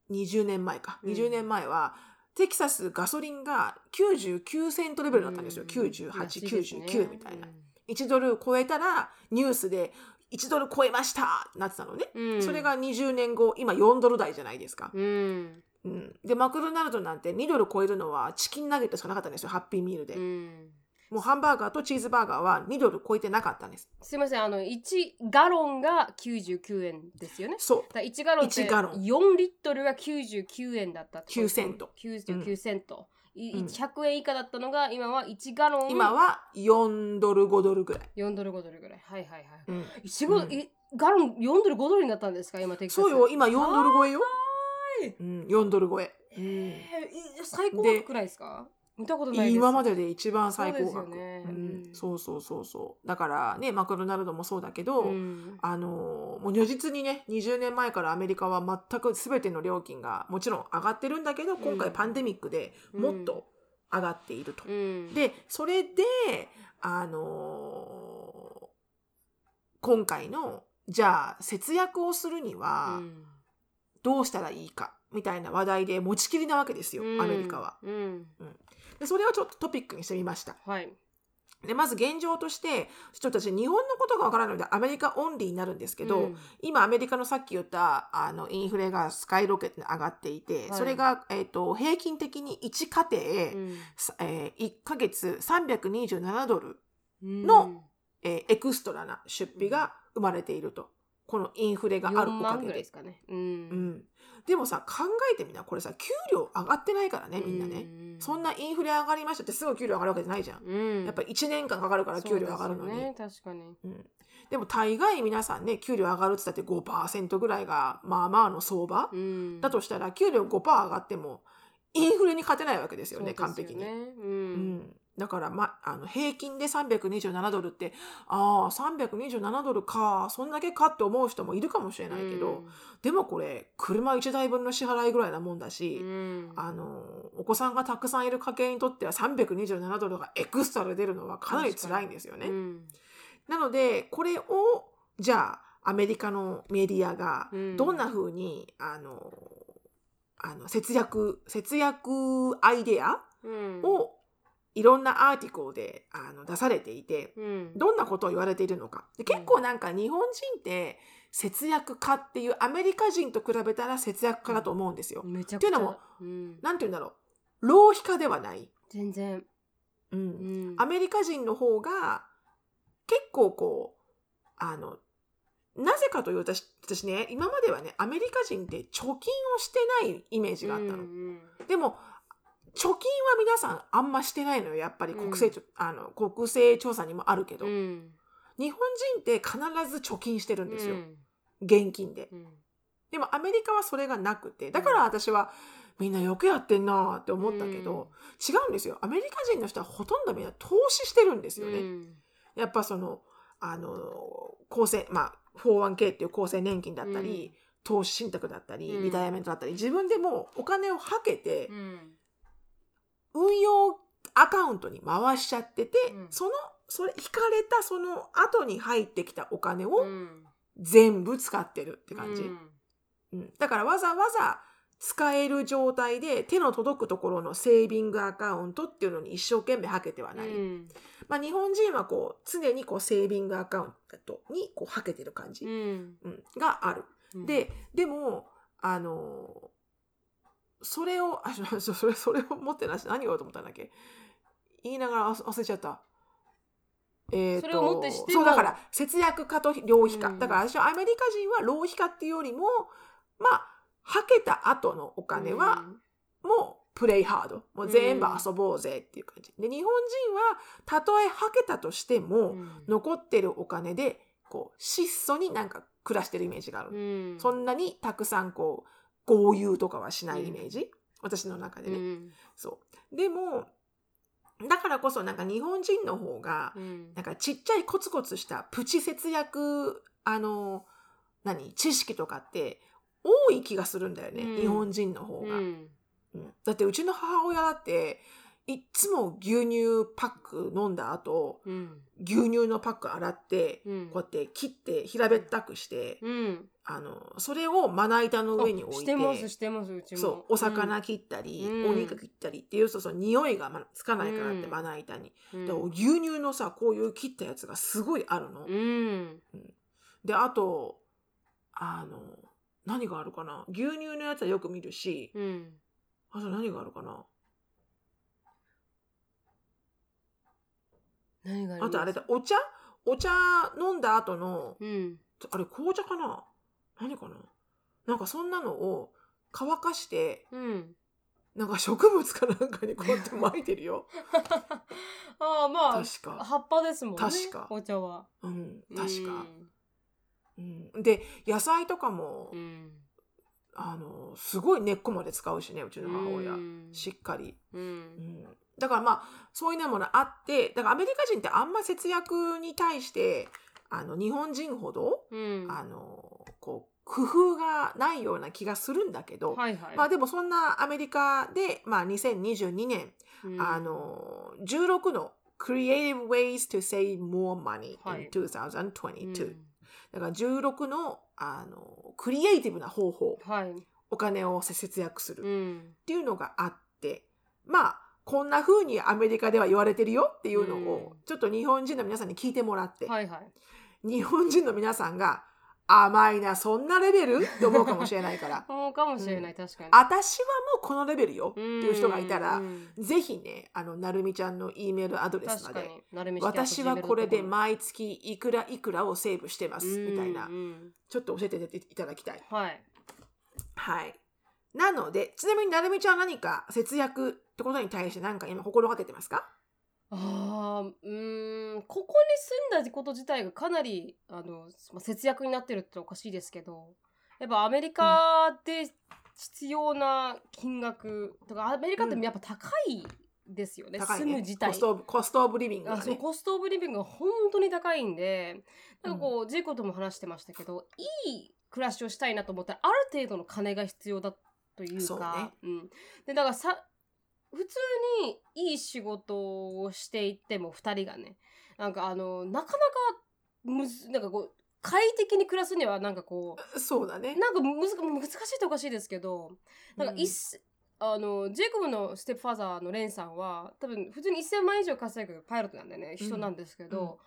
Speaker 2: 20年前か
Speaker 1: うん
Speaker 2: 20年前は、テキサスガソリンが99セントレベルだったんですよ、9899みたいな、、1ドル超えたらニュースで1ドル超えましたってなってたのね、
Speaker 1: うん
Speaker 2: それ、が20年後今4ドル台じゃないですか、
Speaker 1: うん
Speaker 2: うんでマクドナルドなんて2ドル超えるのはチキンナゲットしかなかったんですよハッピーミールで、
Speaker 1: うん
Speaker 2: もうハンバーガーとチーズバーガーは2ドル超えてなかったんです
Speaker 1: すいませんあの1ガロンが99円ですよね
Speaker 2: そう
Speaker 1: だから1ガロンって
Speaker 2: 1ガロン
Speaker 1: 4リットルが99円だったってこと
Speaker 2: 9セント
Speaker 1: 99セント、い
Speaker 2: うん
Speaker 1: 100円以下だったのが今は1ガロン
Speaker 2: 今は4ドル5ドルぐらい、
Speaker 1: 4ドル5ドルぐらいはいはいはい
Speaker 2: うん
Speaker 1: 一ご、
Speaker 2: うん
Speaker 1: いガロン4ドル5ドルになったんですか今テキサス
Speaker 2: そうよ今4ドル超えよ
Speaker 1: ーい、
Speaker 2: うん、4ドル超え、うん
Speaker 1: えーい最高額くらいですか見たことないです
Speaker 2: 今までで一番最高
Speaker 1: そう
Speaker 2: 額
Speaker 1: ですよね
Speaker 2: うん
Speaker 1: うん
Speaker 2: そうそうそうそうだからねマクドナルドもそうだけど、
Speaker 1: うん
Speaker 2: あのーもう如実にね20年前からアメリカは全く全ての料金がもちろん上がってるんだけど今
Speaker 1: う
Speaker 2: 回
Speaker 1: ん
Speaker 2: パンデミックでもっと上がっていると。
Speaker 1: うん、
Speaker 2: でそれであのー今回のじゃあ節約をするには
Speaker 1: うん
Speaker 2: どうしたらいいかみたいな話題で持ちきりなわけですよ、アメリカは。
Speaker 1: うんうん
Speaker 2: でそれをちょっとトピックにしてみました。
Speaker 1: はい
Speaker 2: でまず現状としてちょっと私日本のことがわからないのでアメリカオンリーになるんですけど、
Speaker 1: うん
Speaker 2: 今アメリカのさっき言ったあのインフレがスカイロケットに上がっていて、
Speaker 1: はい
Speaker 2: それが、えー、と平均的に1家庭、さえー、1ヶ月327ドル、
Speaker 1: うん
Speaker 2: のえーエクストラな出費が生まれていると、このインフレがある
Speaker 1: 4
Speaker 2: お
Speaker 1: 万
Speaker 2: か
Speaker 1: ぐ
Speaker 2: げ
Speaker 1: らいで。
Speaker 2: です
Speaker 1: かね、うん
Speaker 2: うん、でもさ考えてみなこれさ給料上がってないからねみんなね、
Speaker 1: う
Speaker 2: そんなインフレ上がりましたってすぐ給料上がるわけじゃないじゃん、
Speaker 1: うん
Speaker 2: やっぱ1年間かかるから給料上がる
Speaker 1: そ
Speaker 2: の
Speaker 1: うで
Speaker 2: に。
Speaker 1: すよね、確かに
Speaker 2: うんでも大概皆さんね給料上がるって言ったって5%ぐらいがまあまあの相場、
Speaker 1: うん
Speaker 2: だとしたら給料5%上がってもインフレに勝てないわけですよね
Speaker 1: そう
Speaker 2: 完
Speaker 1: です
Speaker 2: 璧
Speaker 1: よ
Speaker 2: に。
Speaker 1: う
Speaker 2: うんんだから、ま、あの平均で327ドルってああ327ドルかそんだけかって思う人もいるかもしれないけど、でもこれ車1台分の支払いぐらいなもんだ
Speaker 1: う
Speaker 2: し、
Speaker 1: ん
Speaker 2: あのお子さんがたくさんいる家計にとっては327ドルがエクストラで出るのはかなり辛いんですよね。
Speaker 1: うん
Speaker 2: なのでこれをじゃあアメリカのメディアが
Speaker 1: うん
Speaker 2: どんな風に、あのあの節約節約アイデア
Speaker 1: うん
Speaker 2: をいろんなアーティクルであの出されていて
Speaker 1: うん
Speaker 2: どんなことを言われているのかで結構なんか日本人って節約家っていうアメリカ人と比べたら節約家だと思うんですよ。
Speaker 1: めちゃくちゃ
Speaker 2: っていうのも
Speaker 1: うん
Speaker 2: なんて言うんだろう浪費家ではない。
Speaker 1: 全然
Speaker 2: うん
Speaker 1: うん
Speaker 2: アメリカ人の方が結構こうあのなぜかというと私私ね今まではねアメリカ人って貯金をしてないイメージがあった
Speaker 1: う
Speaker 2: の、
Speaker 1: ん
Speaker 2: でも貯金は皆さんあんましてないのよやっぱり国勢,、あの国勢調査にもあるけど、
Speaker 1: うんうん
Speaker 2: 日本人って必ず貯金してるんですよ、
Speaker 1: うん
Speaker 2: 現金で
Speaker 1: うん
Speaker 2: でもアメリカはそれがなくてだから私は、みんなよくやってんなーって思ったけど、違うんですよアメリカ人の人はほとんどみんな投資してるんですよね、
Speaker 1: うん
Speaker 2: やっぱそのあの厚生まあ 401k っていう厚生年金だったり、投資信託だったり
Speaker 1: うん
Speaker 2: リタイアメントだったり自分でもうお金をはけて
Speaker 1: うん
Speaker 2: 運用アカウントに回しちゃってて、
Speaker 1: うん
Speaker 2: そのそれ引かれたその後に入ってきたお金
Speaker 1: う
Speaker 2: を
Speaker 1: ん
Speaker 2: 全部使ってるって感じ、
Speaker 1: うん
Speaker 2: うん、だからわざわざ使える状態で手の届くところのセービングアカウントっていうのに一生懸命はけてはない、
Speaker 1: うん
Speaker 2: まあ、日本人はこう常にこうセービングアカウントにこうはけてる感じ、
Speaker 1: うん
Speaker 2: うんがある。
Speaker 1: うん
Speaker 2: ででもあのそれをあそそそれそれを持ってないし何をと思ったんだっけ言いながらあ忘れちゃった。えー
Speaker 1: そ
Speaker 2: と
Speaker 1: れを持ってしても
Speaker 2: そうだから節約家と浪費家、
Speaker 1: うん
Speaker 2: だから私はアメリカ人は浪費家っていうよりもまあはけた後のお金は、もうプレイハードもう全部遊ぼうぜっていう感じ、で日本人はたとえはけたとしても、
Speaker 1: うん
Speaker 2: 残ってるお金でこう質素になんか暮らしてるイメージがある、
Speaker 1: うん
Speaker 2: そんなにたくさんこう豪遊とかはしないイメージ、私の中でね、
Speaker 1: うん
Speaker 2: そうでもだからこそなんか日本人の方が
Speaker 1: うん
Speaker 2: なんかちっちゃいコツコツしたプチ節約あの何知識とかって多い気がするんだよね、
Speaker 1: うん
Speaker 2: 日本人の方が、
Speaker 1: うん
Speaker 2: うんだってうちの母親だっていっつも牛乳パック飲んだ後
Speaker 1: うん
Speaker 2: 牛乳のパック洗って、
Speaker 1: うん
Speaker 2: こうやって切って平べったくして、
Speaker 1: うん
Speaker 2: あのそれをまな板の上に
Speaker 1: あ
Speaker 2: 置い
Speaker 1: し
Speaker 2: て
Speaker 1: てますしてますうちも
Speaker 2: そうお魚切ったり、
Speaker 1: うん
Speaker 2: お肉切ったりっていうとその匂いがまつかないからって
Speaker 1: うん
Speaker 2: まな板に、
Speaker 1: うん
Speaker 2: で牛乳のさこういう切ったやつがすごいあるの。
Speaker 1: うん
Speaker 2: であとあの何があるかな牛乳のやつはよく見るし、
Speaker 1: うん
Speaker 2: あと何があるかな
Speaker 1: 何がります
Speaker 2: あとあれだお茶お茶飲んだ後の
Speaker 1: うん
Speaker 2: あれ紅茶かな何かななんかそんなのを乾かして
Speaker 1: うん
Speaker 2: なんか植物かなんかにこうやって巻いてるよ
Speaker 1: あ あま
Speaker 2: 確
Speaker 1: あ
Speaker 2: か、
Speaker 1: 葉っぱですもんね
Speaker 2: 確か
Speaker 1: お茶は
Speaker 2: うん、確か、
Speaker 1: うん
Speaker 2: うん、で野菜とかも、
Speaker 1: うん
Speaker 2: あのすごい根っこまで使うしねうちの母親、
Speaker 1: うん
Speaker 2: しっかり、
Speaker 1: う
Speaker 2: うんん、だからまあそういうようなものあってだからアメリカ人ってあんま節約に対してあの日本人ほど、
Speaker 1: うん
Speaker 2: あのこう工夫がないような気がするんだけど、
Speaker 1: はいはい
Speaker 2: まあでもそんなアメリカで、まあ、2022年、
Speaker 1: うん
Speaker 2: あの16の Creative Ways to Save More Money
Speaker 1: は
Speaker 2: in
Speaker 1: いうん
Speaker 2: 2022、だから16のあのクリエイティブな方法
Speaker 1: はい
Speaker 2: お金を節約す
Speaker 1: う
Speaker 2: るっ
Speaker 1: ん
Speaker 2: ていうのがあってまあこんな風にアメリカでは言われてるよっていうのを
Speaker 1: うん
Speaker 2: ちょっと日本人の皆さんに聞いてもらって、
Speaker 1: はいはい
Speaker 2: 日本人の皆さんが甘いなそんなレベルって思うかもしれな いから
Speaker 1: そうかもしれない確かに
Speaker 2: 私はもうこのレベルよって
Speaker 1: うん
Speaker 2: いう人がいたら、
Speaker 1: うん
Speaker 2: ぜひねあのなるみちゃんの E メールアドレ
Speaker 1: 確
Speaker 2: スま
Speaker 1: か
Speaker 2: で
Speaker 1: になるみ
Speaker 2: 私はこれで
Speaker 1: ま
Speaker 2: 毎月いくらいくらをセーブしてますみたいなちょっと教えていただきたい。
Speaker 1: はい
Speaker 2: はい。なので、ちなみになるみちゃんは何か節約ってことに対して何か今心がけてますか
Speaker 1: あーうーんここに住んだこと自体がかなりあの、まあ、節約になってるっておかしいですけどやっぱアメリカで必要な金額とか、アメリカってやっぱ高いですよね、
Speaker 2: 高い
Speaker 1: 住む
Speaker 2: ね。
Speaker 1: 自体
Speaker 2: コストオブ、コストオブリビングが
Speaker 1: あ
Speaker 2: ね。
Speaker 1: そうコストオブリビングが本当に高いんでなんかこう、ジェイコとも話してましたけどいい暮らしをしたいなと思ったらある程度の金が必要だという
Speaker 2: そうね
Speaker 1: かうん、でだからさ普通にいい仕事をしていっても2人がねなんかあのなかなかむずなんかこう快適に暮らすにはなんかこう
Speaker 2: そうだね。
Speaker 1: なんかむず難しいっておかしいですけどなんか
Speaker 2: うん
Speaker 1: 一世あのジェイコブのステップファーザーのレンさんは多分普通に1,000万以上稼ぐパイロットなんだよね人なんですけど、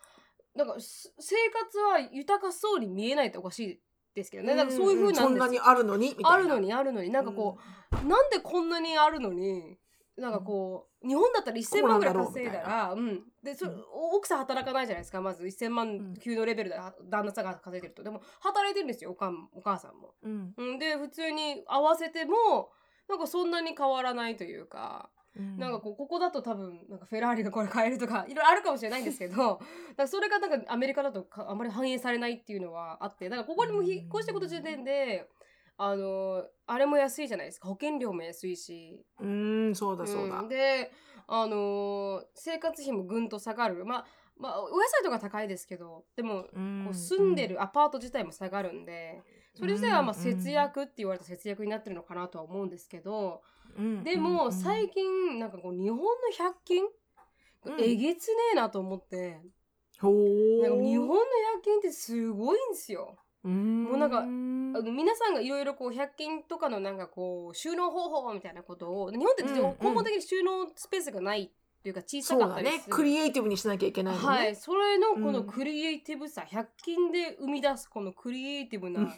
Speaker 1: なんかす生活は豊かそうに見えないっておかしいですけどね、なんかそういう風なんです
Speaker 2: そんなにあるのにみたいな。
Speaker 1: あるのにあるのになんかこう、なんでこんなにあるのになんかこう、日本だったら1000万ぐらい
Speaker 2: ここなんだ
Speaker 1: 稼
Speaker 2: ろう
Speaker 1: いだらうんでそ
Speaker 2: うん
Speaker 1: 奥さん働かないじゃないですかまず1000
Speaker 2: ん
Speaker 1: 万級のレベルでは旦那さんが稼いでるとでも働いてるんですよおかんお母さんも。
Speaker 2: うん
Speaker 1: うんで普通に合わせてもなんかそんなに変わらないというか、なんかこうここだと多分なんかフェラーリがこれ買えるとか いろいろあるかもしれないんですけ どだからそれがなんかアメリカだとかあんまり反映されないっていうのはあってだからここにも引っ越してこと時点で。あのあれも安いじゃないですか保険料も安いし
Speaker 2: うーんそうだそうだ、
Speaker 1: うんであのー生活費もぐんと下がるまあまあお野菜とか高いですけどでも
Speaker 2: うん
Speaker 1: こう住んでるアパート自体も下がるんで、それ自体はまあ節約って言われた節約になってるのかなとは思うんですけど、
Speaker 2: うん
Speaker 1: で
Speaker 2: う
Speaker 1: も
Speaker 2: ん
Speaker 1: 最近なんかこう日本の100均、
Speaker 2: うん
Speaker 1: えげつねえなと思って
Speaker 2: ほー
Speaker 1: なんか日本の100均ってすごいんですよ。
Speaker 2: うん
Speaker 1: もうなんかあの皆さんがいろいろこう100均とかのなんかこう収納方法みたいなことを日本って
Speaker 2: うんうん
Speaker 1: 根本的に収納スペースがないっていうか小さ
Speaker 2: そう
Speaker 1: かっ
Speaker 2: だ
Speaker 1: たりする、
Speaker 2: ねクリエイティブにしなきゃいけないのね、
Speaker 1: はい、それのこ
Speaker 2: う
Speaker 1: の
Speaker 2: ん
Speaker 1: クリエイティブさ、100均で生み出すこのクリエイティブ な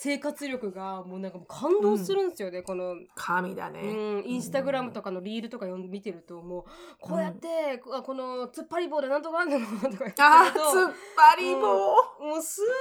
Speaker 1: 生活力がもうなんかもう感動するんですよね、この、
Speaker 2: 神だ
Speaker 1: う
Speaker 2: ね、
Speaker 1: ん、インスタグラムとかのリールとか読ん見てるともうこうやって、ここの突っ張り棒でなんとかなんだろうとか言ってると
Speaker 2: あー突っ張り棒、
Speaker 1: もうすごいな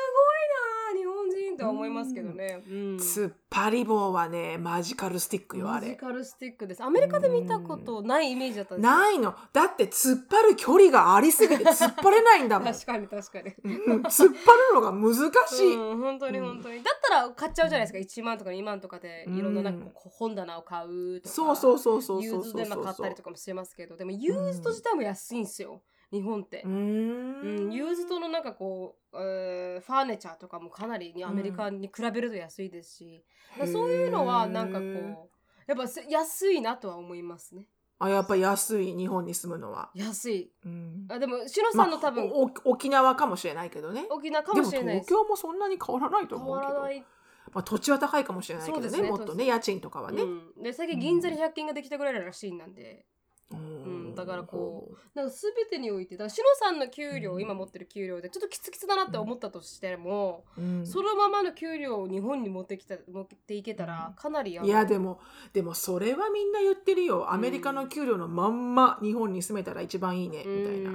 Speaker 1: ー日本人とは思いますけどね。うん
Speaker 2: 突っ張り棒はねマジカルスティックよあ
Speaker 1: マジ
Speaker 2: れ
Speaker 1: カルスティックです。アメリカで見たことないイメージだったんですよ
Speaker 2: ないのだって突っ張る距離がありすぎて突っ張れないんだもん
Speaker 1: 確かに確かに。
Speaker 2: うん突っ張るのが難しい、
Speaker 1: うん、本当に
Speaker 2: うん
Speaker 1: 本当に、だったら買っちゃうじゃないですか1万とか2万とかで
Speaker 2: うん
Speaker 1: いろんななんかこう本棚を買うとか
Speaker 2: そうそうそうそう
Speaker 1: ユ
Speaker 2: そ
Speaker 1: ー
Speaker 2: う
Speaker 1: ズ
Speaker 2: そ
Speaker 1: ド
Speaker 2: う
Speaker 1: でまあ買ったりと
Speaker 2: そ
Speaker 1: かもしてますけどでもユーズド自体も安いんですよ、日本って
Speaker 2: う、ん
Speaker 1: うん、ユーズドのなんかこう、えーファーネチャーとかもかなりにアメリカに比べると安いですし、だからそういうのはなんか
Speaker 2: へー
Speaker 1: こうやっぱす安いなとは思いますね
Speaker 2: あやっぱ安い日本に住むのは、
Speaker 1: 安い
Speaker 2: うん
Speaker 1: あでもシロさんの多分、
Speaker 2: おお沖縄かもしれないけどね
Speaker 1: 沖縄か
Speaker 2: で
Speaker 1: も
Speaker 2: も
Speaker 1: しれないで
Speaker 2: 東
Speaker 1: す
Speaker 2: 京もそんなに変わらないと
Speaker 1: 変
Speaker 2: 思う
Speaker 1: わ
Speaker 2: け
Speaker 1: ら
Speaker 2: ど
Speaker 1: な、い
Speaker 2: まあ、土地は高いかもしれないけ
Speaker 1: そう
Speaker 2: ど
Speaker 1: で
Speaker 2: ね
Speaker 1: すね
Speaker 2: もっとね家賃とかはね、
Speaker 1: うん、で最近銀座に100均ができたぐらいらしいなんで、
Speaker 2: うん
Speaker 1: うんだからこなんか全てにおいてだからシロさんの給料、
Speaker 2: うん
Speaker 1: 今持ってる給料でちょっときつきつだなって思ったとしても、
Speaker 2: う、うん
Speaker 1: そのままの給料を日本に持ってきた持っていけた
Speaker 2: う
Speaker 1: ら
Speaker 2: ん
Speaker 1: かなりあの
Speaker 2: いやでもでもそれはみんな言ってるよアメリカの給料のまんま日本に住めたら一番いいね、
Speaker 1: うん
Speaker 2: みたいな、う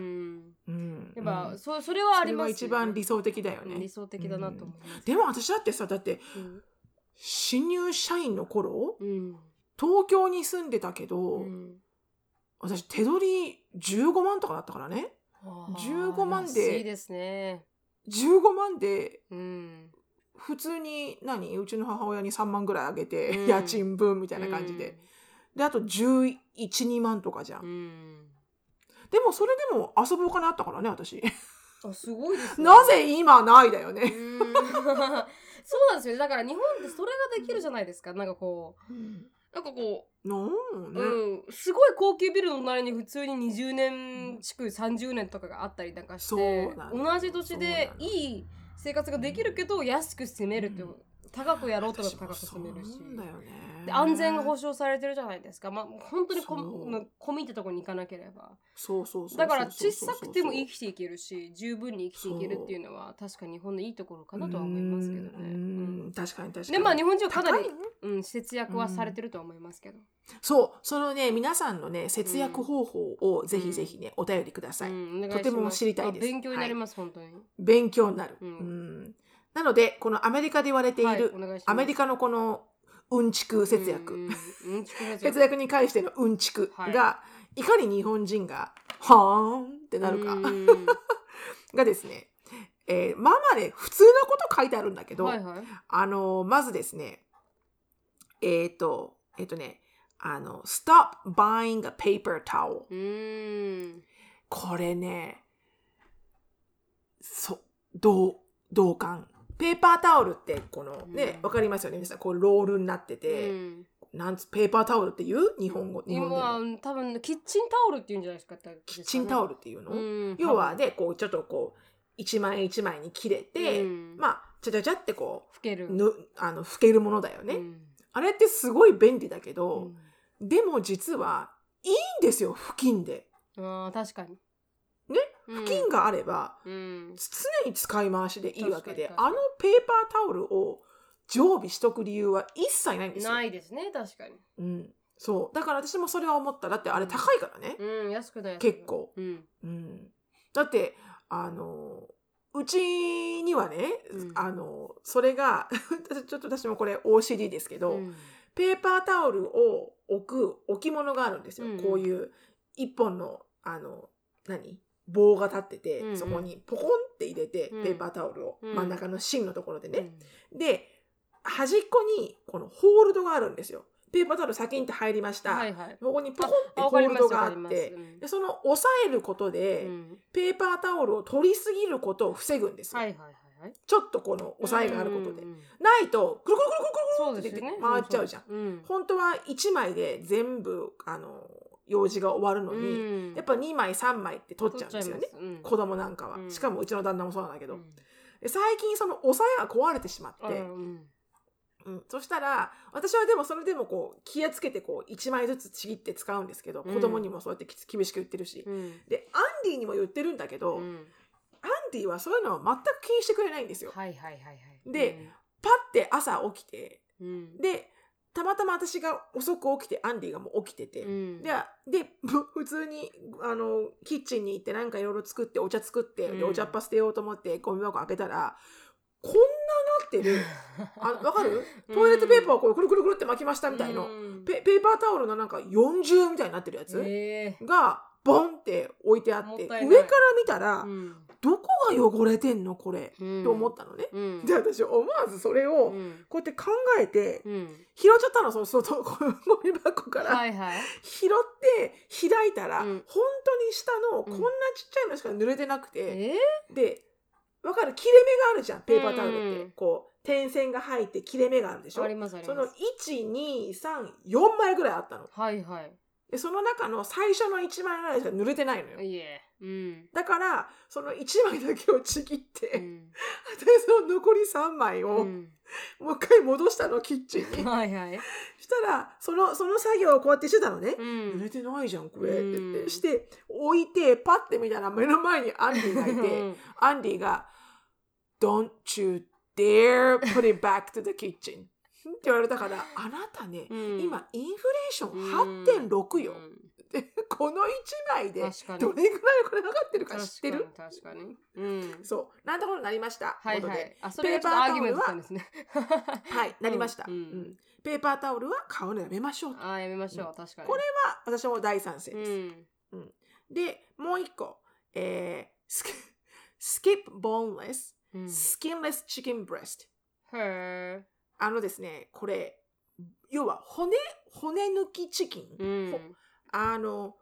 Speaker 2: ん、
Speaker 1: やっぱ、
Speaker 2: うん
Speaker 1: そそれはあります、
Speaker 2: それは一番理
Speaker 1: 想
Speaker 2: 想的だよね、
Speaker 1: 理想的だなと思います、
Speaker 2: でも私だってさだって
Speaker 1: うん
Speaker 2: 新入社員の頃
Speaker 1: うん
Speaker 2: 東京に住んでたけど、
Speaker 1: うん
Speaker 2: 私手取り15万とかだったからね
Speaker 1: あー
Speaker 2: 15万で
Speaker 1: 安いですね
Speaker 2: 15万で
Speaker 1: うん
Speaker 2: 普通に何うちの母親に3万ぐらいあげて、
Speaker 1: うん
Speaker 2: 家賃分みたいな感じで、であと112万とかじゃん、
Speaker 1: うん、うん
Speaker 2: でもそれでも遊ぶお金あったからね私
Speaker 1: あすごいですね
Speaker 2: なぜ今ないだよ
Speaker 1: う
Speaker 2: ね、
Speaker 1: ーん そうなんですよねだから日本ってそれができるじゃないですかなんかこうなんかこ
Speaker 2: なん
Speaker 1: う、
Speaker 2: ね、
Speaker 1: うん、すごい高級ビルの隣に普通に20年近く30年とかがあったりなんかし
Speaker 2: そう
Speaker 1: て
Speaker 2: なの
Speaker 1: 同じ土地で
Speaker 2: そうなの
Speaker 1: いい生活ができるけど安く住めるって、
Speaker 2: うん
Speaker 1: 高くやろうと思えば高く
Speaker 2: 私
Speaker 1: 住
Speaker 2: も
Speaker 1: めるし
Speaker 2: そうなんだよね
Speaker 1: で安全が保障されてるじゃないですかまあ本当にコ
Speaker 2: そう
Speaker 1: ミコミってとこに行かなければ
Speaker 2: そうそうそうそう
Speaker 1: だから小さくても生
Speaker 2: き
Speaker 1: きていけるし十分に生きていけるっていうのは確かに日本のいいところかなとは思いますけどね。うん
Speaker 2: 確かに確かに
Speaker 1: でまあ日本人はかな
Speaker 2: 高
Speaker 1: り
Speaker 2: い、ね
Speaker 1: うん、節約はされてるとは思いますけど。
Speaker 2: そうそのね皆さんのね節約方法をぜひぜひね、お便りください、
Speaker 1: うんお願いします
Speaker 2: とても知りたいです
Speaker 1: あ勉強になります、本当に。
Speaker 2: 勉強になる、
Speaker 1: うん
Speaker 2: うんなのでこのアメリカで言われている、
Speaker 1: はい、お願いします
Speaker 2: アメリカのこのうんちく節約、
Speaker 1: うんうんうん節約
Speaker 2: 節約に関してのうんちくが、、
Speaker 1: はい
Speaker 2: かに日本人が「はーん」ってなるか、
Speaker 1: うん
Speaker 2: がですね、えーまあまあね普通のこと書いてあるんだけど、
Speaker 1: はいはい。
Speaker 2: あのまずですねえっ、とえっ、とねあの「Stop buying a paper towel
Speaker 1: う」ーん。
Speaker 2: これねそう同同感ペーパータオルってこのね、
Speaker 1: うん
Speaker 2: わかりますよね皆さんこうロールになってて、
Speaker 1: うん
Speaker 2: なんつペーパータオルっていう日本語日
Speaker 1: 今
Speaker 2: 本でも
Speaker 1: は多分キッチンタオルっていうんじゃないですか。
Speaker 2: キッチンタオ
Speaker 1: ル。
Speaker 2: ルっていうの、
Speaker 1: うん
Speaker 2: 要は、でこうちょっとこう一枚一枚に切れて、
Speaker 1: あ、
Speaker 2: まあちゃちゃちゃってこ
Speaker 1: 拭ける。
Speaker 2: うぬあの拭けるものだよね、
Speaker 1: うん
Speaker 2: あれってすごい便利だけ
Speaker 1: う
Speaker 2: ど、
Speaker 1: ん
Speaker 2: でも実はいいんですよ布巾で
Speaker 1: あー確かに。
Speaker 2: ね
Speaker 1: うん、
Speaker 2: 布巾があれば、
Speaker 1: うん。
Speaker 2: 常に使い回しでいいわけで
Speaker 1: 確か
Speaker 2: あ
Speaker 1: に確かに
Speaker 2: のペーパータオルを常備しとく理由は一切ないんですよ。
Speaker 1: ないですね、確かに。
Speaker 2: うん、そうだから私もそれは思っただってあれ高いからね、
Speaker 1: うん、安くない。安くない
Speaker 2: 結。構、
Speaker 1: うん。
Speaker 2: うん、だってあのうちにはね、
Speaker 1: うん
Speaker 2: あのそれが ちょっと私もこれ OCD ですけど、
Speaker 1: うん
Speaker 2: ペーパータオルを置く置物があるんですよ、
Speaker 1: うんうん
Speaker 2: こういう一本のあの何棒が立ってて、
Speaker 1: うんうん
Speaker 2: そこにポコンって入れて、
Speaker 1: うん
Speaker 2: ペーパータオルを、
Speaker 1: うん
Speaker 2: 真ん中の芯のところでね、で端っこにこのホールドがあるんですよペーパータオル先にって入りまし
Speaker 1: う
Speaker 2: た、
Speaker 1: ん。はいはい。
Speaker 2: ここにポコンって
Speaker 1: あ
Speaker 2: ホ
Speaker 1: わかり
Speaker 2: ール
Speaker 1: ます
Speaker 2: ド
Speaker 1: わ
Speaker 2: があ
Speaker 1: か
Speaker 2: っ
Speaker 1: ります。
Speaker 2: て
Speaker 1: うん
Speaker 2: でその押さえることで、
Speaker 1: うん
Speaker 2: ペーパータオルを取りすぎることを防ぐんですよ、
Speaker 1: はいはいはいはい。
Speaker 2: ちょっとこの押さえがあることで、
Speaker 1: うんうんうん
Speaker 2: ないとくるくるくるくる
Speaker 1: そうですよね。
Speaker 2: 回っちゃうじゃん
Speaker 1: そそうん。
Speaker 2: 本当は1枚で全部あの用事が終わるのに、
Speaker 1: うん
Speaker 2: やっぱ2枚3枚って取っちゃうんですよね
Speaker 1: 取っちゃいます
Speaker 2: 子供なんかは、
Speaker 1: うん
Speaker 2: しかもうちの旦那もそうなんだけ
Speaker 1: う
Speaker 2: ど、
Speaker 1: ん
Speaker 2: で最近そのおさえが壊れてしまって、
Speaker 1: うんうん
Speaker 2: うんそしたら私はでもそれでもこう気をつけてこう1枚ずつちぎって使うんですけど、
Speaker 1: うん
Speaker 2: 子供にもそうやってきつ厳しく言ってるし、
Speaker 1: うん
Speaker 2: でアンディにも言ってるんだけど、
Speaker 1: う
Speaker 2: アン
Speaker 1: ん
Speaker 2: ディはそういうのを全く気にしてくれないんですよ。
Speaker 1: はいはいはいはい。
Speaker 2: でパッて朝起きて
Speaker 1: うん、うん、
Speaker 2: でたまたま私が遅く起きてアンディがもう起きてて、
Speaker 1: うん、
Speaker 2: でで ぶ普通にあのキッチンに行ってなんかいろいろ作ってお茶作って、で
Speaker 1: うん
Speaker 2: お茶っ葉捨てようと思ってゴミ箱開けたらこんななってる あわかるトイレットペーパーをこうくるくるくるって巻きましたみたいな、
Speaker 1: うん
Speaker 2: ペペーパータオルのなんか40みたいになってるやつ、
Speaker 1: え
Speaker 2: がボンって置いてあっ
Speaker 1: もって
Speaker 2: 上
Speaker 1: た
Speaker 2: か
Speaker 1: い
Speaker 2: ら
Speaker 1: ない
Speaker 2: 見たら、
Speaker 1: ーうん
Speaker 2: どこが汚れてんのこれ、
Speaker 1: うん、
Speaker 2: と思ったのね。
Speaker 1: うん、
Speaker 2: で私思わずそれ
Speaker 1: う
Speaker 2: を
Speaker 1: ん
Speaker 2: こうやって考えて、
Speaker 1: うん、
Speaker 2: 拾っちゃったのその外ゴミ箱から、
Speaker 1: はいはい。
Speaker 2: 拾って開いたら、
Speaker 1: うん
Speaker 2: 本当に下の
Speaker 1: ん
Speaker 2: こんなちっちゃいのしか濡れてなくて、
Speaker 1: え
Speaker 2: でわかる切れ目があるじゃんペーパータオルって、
Speaker 1: うん
Speaker 2: こう点線が入って切れ目があるでし
Speaker 1: ー、
Speaker 2: ょ
Speaker 1: ありますあり
Speaker 2: そ
Speaker 1: ま
Speaker 2: の
Speaker 1: す。
Speaker 2: 1234枚ぐらいあったの
Speaker 1: はいはい。
Speaker 2: でその中の最初の1枚ぐらいしか濡れてないのよ、
Speaker 1: いえ、うん。
Speaker 2: だからその1枚だけをちぎって、
Speaker 1: う
Speaker 2: で
Speaker 1: ん
Speaker 2: その残り3枚を、
Speaker 1: うん
Speaker 2: もう一回戻したのキ ッチンに
Speaker 1: はいはい。
Speaker 2: したらそのその作業をこうやってしてたのね、
Speaker 1: う
Speaker 2: 濡れ
Speaker 1: ん。
Speaker 2: てないじゃんこれって言って、
Speaker 1: うん
Speaker 2: して置いてパッて見たら目の前にアンディがい
Speaker 1: う
Speaker 2: て
Speaker 1: ん
Speaker 2: アンディが「Don't you dare put it back to the kitchen」って言われたから「あなたね、
Speaker 1: うん
Speaker 2: 今インフレーション8.6よ」ってこの1枚でどれ
Speaker 1: 確かに
Speaker 2: ぐらいこれ上がってるか知ってる
Speaker 1: 確かに確かに。うん。
Speaker 2: そうなんてことになりました。
Speaker 1: はい
Speaker 2: という
Speaker 1: は
Speaker 2: こと
Speaker 1: い
Speaker 2: で。
Speaker 1: あ、それがちょっとアーギュメントしたんです ね。
Speaker 2: はい、なりました、
Speaker 1: うんうん
Speaker 2: うんペーパータオルは買うのやめましょうと。
Speaker 1: あー、やめましょう。確かに。
Speaker 2: これは私も大賛成です。
Speaker 1: うん。
Speaker 2: で、もう一個、えー、スキスキップボンレス、
Speaker 1: うん。
Speaker 2: スキンレスチキンブレスト。
Speaker 1: へ
Speaker 2: あのですね、これ、要は骨、骨抜きチキン。
Speaker 1: ーうん
Speaker 2: ほ。あの、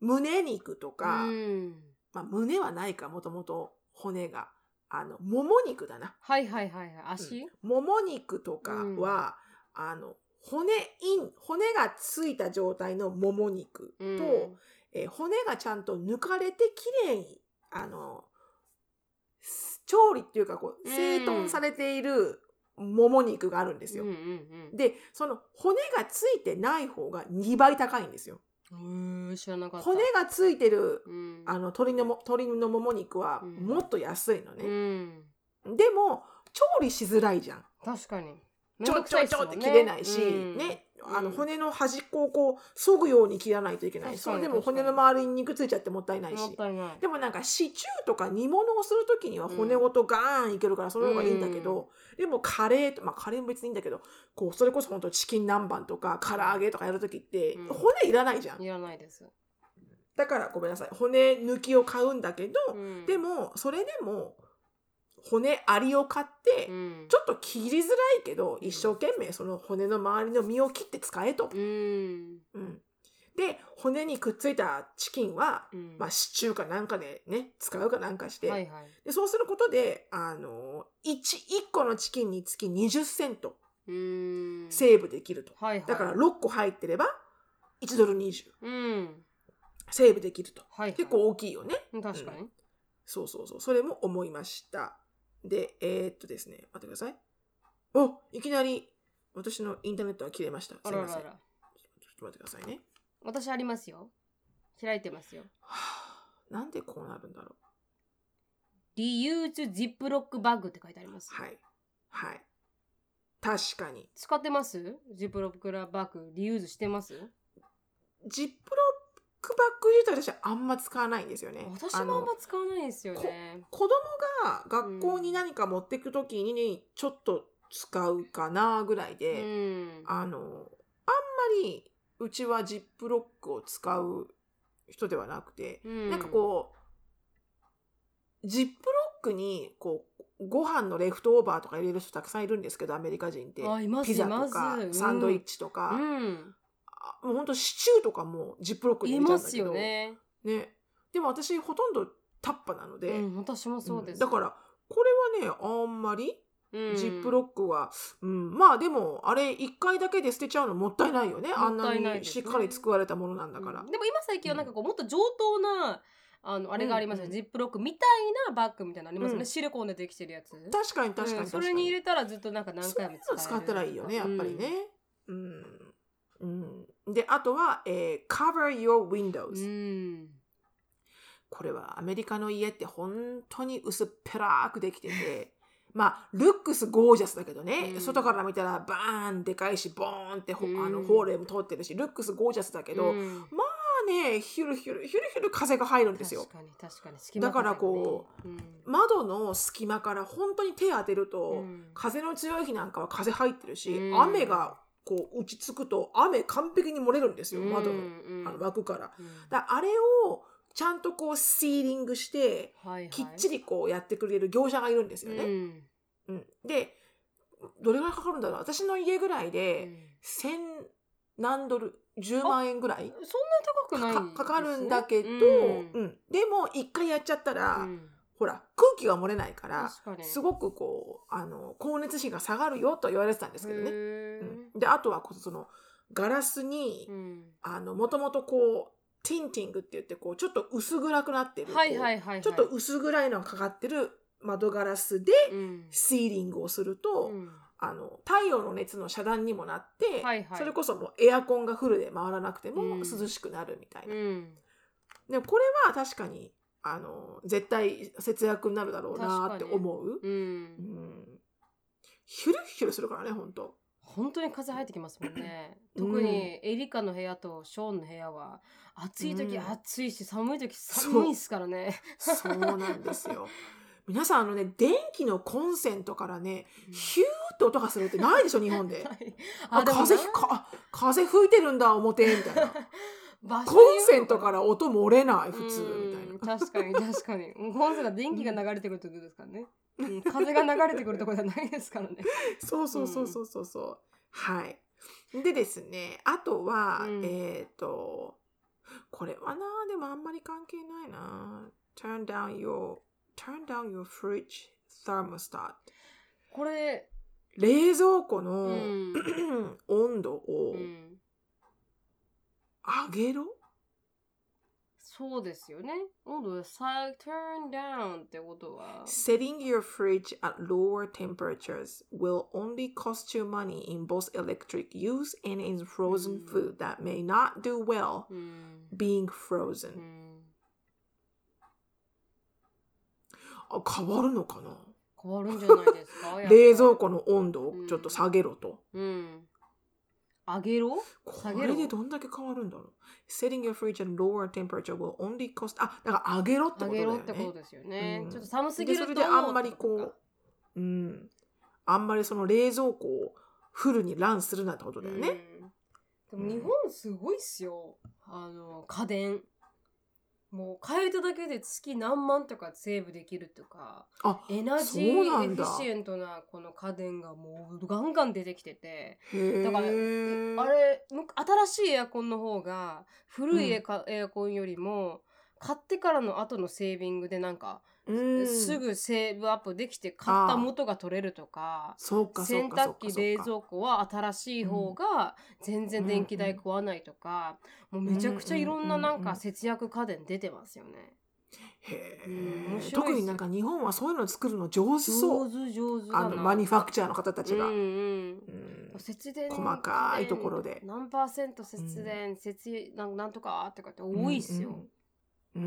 Speaker 2: 胸肉とか、
Speaker 1: うん
Speaker 2: まあ、胸はないか、もともと骨が。あの、もも肉だな。
Speaker 1: はいはいはいはい。足、
Speaker 2: もも肉とかは、あの、骨イン、骨がついた状態のもも肉と、
Speaker 1: うん
Speaker 2: えー骨がちゃんと抜かれてきれいにあのす調理っていうかこ
Speaker 1: う
Speaker 2: う
Speaker 1: ん
Speaker 2: 整頓されているもも肉があるんですよ。
Speaker 1: うんうん
Speaker 2: でその骨がついてない方が2倍高いんですよ。
Speaker 1: うん。うーん、知らなかった。
Speaker 2: 骨がついてる
Speaker 1: うん。
Speaker 2: あの鶏のも鶏のもも肉は
Speaker 1: うん
Speaker 2: もっと安いの
Speaker 1: う
Speaker 2: ね。
Speaker 1: ん。
Speaker 2: でも調理しづらいじゃん。
Speaker 1: 確かに。
Speaker 2: ちょちょちょって切れないし、ね、あの
Speaker 1: うん
Speaker 2: 骨の端っこをこう削ぐように切らないといけないし、そ
Speaker 1: 確か
Speaker 2: れ
Speaker 1: に
Speaker 2: でも骨の周りに肉ついちゃってもったいない
Speaker 1: も
Speaker 2: し
Speaker 1: っ。たいない。
Speaker 2: でもなんかシチューとか煮物をするときには骨ごとガーンいけるからその方がいいんだけど、でもカレーとまあカレーも別にいいんだけどこうそれこそ本当チキン南蛮とか唐揚げとかやるときって
Speaker 1: うん
Speaker 2: 骨いらないじゃん、
Speaker 1: いらないです。
Speaker 2: だからごめんなさい骨抜きを買うんだけど、
Speaker 1: うん
Speaker 2: で、もそれでも骨ありを買って、
Speaker 1: うん、
Speaker 2: ちょっと切りづらいけど一生懸命その骨の周りの身を切って使えと、
Speaker 1: うん。
Speaker 2: うんで骨にくっついたチキンは、
Speaker 1: うん。
Speaker 2: まあ、シチューかなんかでね使うかなんかして、
Speaker 1: はいはい。
Speaker 2: でそうすることで、あの、1、1個のチキンにつき20セント
Speaker 1: うん。
Speaker 2: セーブできると。
Speaker 1: はいはい。
Speaker 2: だから、6個入ってれば、1ドル20
Speaker 1: うん。
Speaker 2: セーブできると。
Speaker 1: はい、はい。
Speaker 2: 結構大きいよね。
Speaker 1: うん、確かに。
Speaker 2: そうそうそう。それも思いました。で、えーっとですね、待ってください。おいきなり、私のインターネットが切れました。
Speaker 1: あ
Speaker 2: すい
Speaker 1: ら
Speaker 2: ま
Speaker 1: ら
Speaker 2: せん。ちょ
Speaker 1: ら。
Speaker 2: っと待ってくださいね。
Speaker 1: 私ありますよ。開いてますよ。
Speaker 2: はぁなんでこうなるんだろう。
Speaker 1: リユーズジップロックバッグって書いてあります。
Speaker 2: はい。はい。確かに。
Speaker 1: 使ってますジップロックラバッグリユーズしてます
Speaker 2: ジップロックバッグ自体私はあんま使わないんですよね。
Speaker 1: 私もあん
Speaker 2: の
Speaker 1: ま使わないんですよね。
Speaker 2: 子供が学校に何か持ってくときに、ちょっと使うかなぐらいうで、
Speaker 1: ん。
Speaker 2: あの、あんまりうちはジップロックを使う人ではなくて、
Speaker 1: な
Speaker 2: なんかこう、ジップロックにこう、ご飯のレフトオーバーとか入れる人たくさんいるんですけど、アメリカ人って。
Speaker 1: あいます
Speaker 2: ピザ
Speaker 1: いま
Speaker 2: と
Speaker 1: す
Speaker 2: か
Speaker 1: う、ん
Speaker 2: サンドイッチと
Speaker 1: う
Speaker 2: か、
Speaker 1: ん、
Speaker 2: あもうほんとシチューとかもジップロックに
Speaker 1: い
Speaker 2: 入れた
Speaker 1: ま
Speaker 2: んだ
Speaker 1: す
Speaker 2: けど
Speaker 1: よね。
Speaker 2: ねでも私ほとんどタッパなので、
Speaker 1: うん、私もそうです。
Speaker 2: だからこれはねあんまり
Speaker 1: うん、
Speaker 2: ジップロックは、うんまあでもあれ1回だけで捨てちゃうのもったいないよねあ
Speaker 1: も
Speaker 2: ん
Speaker 1: った
Speaker 2: ない
Speaker 1: ない
Speaker 2: に
Speaker 1: です
Speaker 2: し
Speaker 1: ね
Speaker 2: っかり作られたものなんだから、
Speaker 1: うんでも今最近はなんかこうもっと上等なあのあれがありますよね、
Speaker 2: うんうん
Speaker 1: ジップロックみたいなバッグみたいなのありますよね、
Speaker 2: うん
Speaker 1: シリコンでできてるやつ。
Speaker 2: 確かに確かに
Speaker 1: う
Speaker 2: 確かに
Speaker 1: ん、それに入れたらずっとなんか何
Speaker 2: そうい
Speaker 1: 回
Speaker 2: う
Speaker 1: も
Speaker 2: の使ったらいいよねやっぱりね
Speaker 1: うん。
Speaker 2: うん、うん、であとは、えー cover your
Speaker 1: う
Speaker 2: windows、
Speaker 1: ん、
Speaker 2: これはアメリカの家って本当に薄っぺらくできてて、 まあ、ルックスゴージャスだけどね、
Speaker 1: うん
Speaker 2: 外から見たらバーンでかいし、ボーンってほ、あ
Speaker 1: う
Speaker 2: の
Speaker 1: ん
Speaker 2: ホーレム通ってるし、ルックスゴージャスだけど、ま
Speaker 1: うん
Speaker 2: あね、ヒュルヒュル、ヒュルヒュル風が入るんですよ
Speaker 1: 確。かに確かに
Speaker 2: だからこ
Speaker 1: う、うん
Speaker 2: 窓の隙間から本当に手当てると、
Speaker 1: うん
Speaker 2: 風の強い日なんかは風入ってるし、
Speaker 1: うん
Speaker 2: 雨がこう打ちつくと雨完璧に漏れるんですよ、窓
Speaker 1: う
Speaker 2: の,、
Speaker 1: ん
Speaker 2: あの枠から。
Speaker 1: うん
Speaker 2: だからあれをちゃんとこうシーリングして、
Speaker 1: はいはい、
Speaker 2: きっちりこうやってくれる業者がいるんですよ
Speaker 1: う
Speaker 2: ね。
Speaker 1: ん
Speaker 2: うんでどれぐらいかかるんだろう私の家ぐらいうで
Speaker 1: ん
Speaker 2: 千何ドル10万円ぐらい
Speaker 1: そんな高くない
Speaker 2: かかかるんだけど、
Speaker 1: う
Speaker 2: うんんでも一回やっちゃったら、
Speaker 1: うん
Speaker 2: ほら空気が漏れないから
Speaker 1: 確かに
Speaker 2: すごくこうあの光熱費が下がるよと言われてたんですけど
Speaker 1: へ
Speaker 2: ね。う
Speaker 1: ー
Speaker 2: んであとはこうそのガラスに、
Speaker 1: うん
Speaker 2: あのもともとこうティンティングって言ってこうちょっと薄暗くなってる、
Speaker 1: はいはいはいはい
Speaker 2: ちょっと薄暗いのがかかってる窓ガラスで
Speaker 1: うん
Speaker 2: シーリングをする
Speaker 1: う
Speaker 2: と、
Speaker 1: ん
Speaker 2: あの太陽の熱の遮断にもなって、
Speaker 1: はいはい
Speaker 2: それこそもうエアコンがフルで回らなくて
Speaker 1: うん
Speaker 2: も涼しくなるみたいな。
Speaker 1: うん
Speaker 2: でもこれは確かにあの絶対節約になるだろうなーって思う。
Speaker 1: う
Speaker 2: うんんヒュルヒュルするからね本当。
Speaker 1: 本当に風入ってきますもんね
Speaker 2: うん
Speaker 1: 特にエリカの部屋とショーンの部屋は暑い時
Speaker 2: うん
Speaker 1: 暑いし寒い時
Speaker 2: そう
Speaker 1: 寒いですからね
Speaker 2: そうなんです よ。皆さんあのね電気のコンセントからねヒューって音がするってないでしょ日本 で。
Speaker 1: はい
Speaker 2: あ
Speaker 1: でもな
Speaker 2: 風ひかあ風吹いてるんだ表みたいな。
Speaker 1: 場所
Speaker 2: コ
Speaker 1: によ
Speaker 2: ン
Speaker 1: る
Speaker 2: セントから音漏れない
Speaker 1: うん
Speaker 2: 普通みたいな。
Speaker 1: 確かに確かにもうコンセントは電気が流れてくるってことですからね、うん風が流れてくるとこじゃないですからね
Speaker 2: そうそうそうそうそうそう。はい。でですね、あとは、
Speaker 1: うん
Speaker 2: えっ、と、これはな、でもあんまり関係ないな。turn down your, turn down your fridge thermostat.
Speaker 1: これ
Speaker 2: 冷蔵庫
Speaker 1: う
Speaker 2: の、
Speaker 1: ん、
Speaker 2: 温度を
Speaker 1: うん、
Speaker 2: 上げろ、
Speaker 1: そうですよね温度がさ turn down ってことは
Speaker 2: Setting your fridge at lower temperatures will only cost you money in both electric use and in frozen
Speaker 1: うん
Speaker 2: food that may not do well
Speaker 1: うん、
Speaker 2: being
Speaker 1: う
Speaker 2: frozen.
Speaker 1: ん、
Speaker 2: あ変わるのかな
Speaker 1: 変わるんじゃないですか
Speaker 2: 冷蔵
Speaker 1: 庫
Speaker 2: 庫の温度をちょっと下げろと。
Speaker 1: うん上げろ
Speaker 2: こ
Speaker 1: 下げろ
Speaker 2: れでどんだけ変わるんだろう ?Setting your fridge at lower temperature will only cost あだから上げろって
Speaker 1: 上
Speaker 2: ことだ
Speaker 1: げ
Speaker 2: よ
Speaker 1: ろ
Speaker 2: ね。
Speaker 1: ってことですよね、
Speaker 2: うん
Speaker 1: ちょっと寒すぎ
Speaker 2: で
Speaker 1: ると
Speaker 2: それであんまりこう、うん、あんまりその冷蔵庫をフルにランするなってことだよね。
Speaker 1: うん、でも日本すごいっすよあの家電もう変えただけで月何万とかセーブできるとか
Speaker 2: あ
Speaker 1: エナジ
Speaker 2: そう
Speaker 1: ー
Speaker 2: な
Speaker 1: エフ
Speaker 2: んだ
Speaker 1: ィシエントなこの家電がもうガンガン出てきてて
Speaker 2: へえ。
Speaker 1: だからあれむ新しいエアコンの方が古いエカエアコンよりも買ってからの後のセービングでなんか、
Speaker 2: うん、
Speaker 1: すぐセーブアップできて買った元が取れるとか
Speaker 2: そうかそう
Speaker 1: 洗
Speaker 2: かそう
Speaker 1: 濯
Speaker 2: か
Speaker 1: 機冷
Speaker 2: 庫
Speaker 1: 蔵庫は新しい方が全然電気代食わないとか、もうめちゃくちゃいろんななんか節約家電出てますよね。
Speaker 2: へえ、
Speaker 1: うん面白いです
Speaker 2: 特になんか日本はそういうの作るの上手そ
Speaker 1: 上
Speaker 2: う。
Speaker 1: 手上手だな
Speaker 2: あのマニファクチャーの方たちが。
Speaker 1: うん
Speaker 2: う
Speaker 1: うん
Speaker 2: ん
Speaker 1: 節電
Speaker 2: 細かいところで
Speaker 1: 何パーセント節電、節なんなんとかとかって多いっすよ。。
Speaker 2: うん
Speaker 1: う
Speaker 2: うんう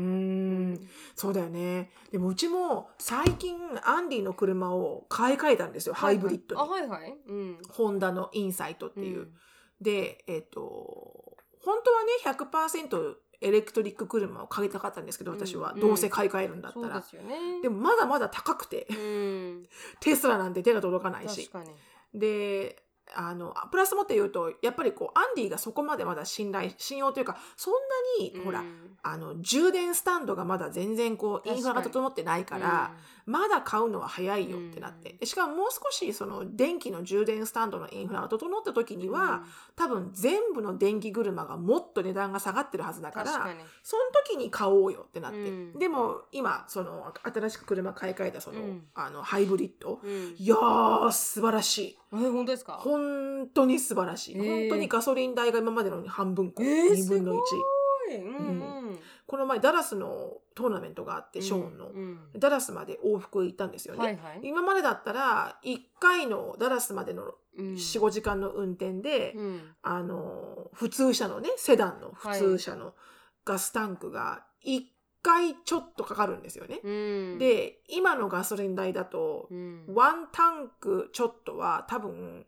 Speaker 2: んそうだよね。でもうちも最近アンディの車を買い替えたんですよ、ハイブリッドに。
Speaker 1: あはいはい。うん。
Speaker 2: ホンダのインサイトっていう。
Speaker 1: うん
Speaker 2: で、えっ、と、本当はね100%エレクトリック車を買いたかったんですけど私は
Speaker 1: うん
Speaker 2: どうせ買い替えるんだっ
Speaker 1: そ
Speaker 2: た
Speaker 1: う
Speaker 2: ら、
Speaker 1: ですよね
Speaker 2: でもまだまだ高くて
Speaker 1: うん
Speaker 2: テスラなんて手が届かないし
Speaker 1: 確かに
Speaker 2: であのプラスもって言うとやっぱりこうアンディがそこまでまだ信頼信用というかそんなに、ほら
Speaker 1: うん
Speaker 2: あの充電スタンドがまだ全然こう
Speaker 1: 確かに
Speaker 2: インフラが整ってないから、まだ買うのは早いよってなって、
Speaker 1: うん
Speaker 2: でしかももう少しその電気の充電スタンドのインフラが整った時には、多分全部の電気車がもっと値段が下がってるはずだ
Speaker 1: だ
Speaker 2: から
Speaker 1: 確かに
Speaker 2: その時に買おうよってなって、
Speaker 1: うん
Speaker 2: でも今その新しく車買い替えたその,、
Speaker 1: うん
Speaker 2: あのハイブリッド、
Speaker 1: うん
Speaker 2: いやー素晴らしい
Speaker 1: え本当ですか
Speaker 2: 本当に素晴らしい、
Speaker 1: えー
Speaker 2: 本当にガソリン代が今までの半分か、
Speaker 1: えー
Speaker 2: 2分の1
Speaker 1: すごいうんうん
Speaker 2: この前ダラスのトーナメントがあって、ショーンの、
Speaker 1: うん
Speaker 2: ダラスまで往復行ったんですよね、
Speaker 1: はいはい
Speaker 2: 今までだったら1回のダラスまでの
Speaker 1: うん
Speaker 2: 45時間の運転で、
Speaker 1: うん
Speaker 2: あの普通車のねセダンの普通車のガスタンクが1回ちょっとかかるんですよね。
Speaker 1: うん
Speaker 2: で今のガソリン代だと
Speaker 1: うん
Speaker 2: ワンタンクちょっとは多分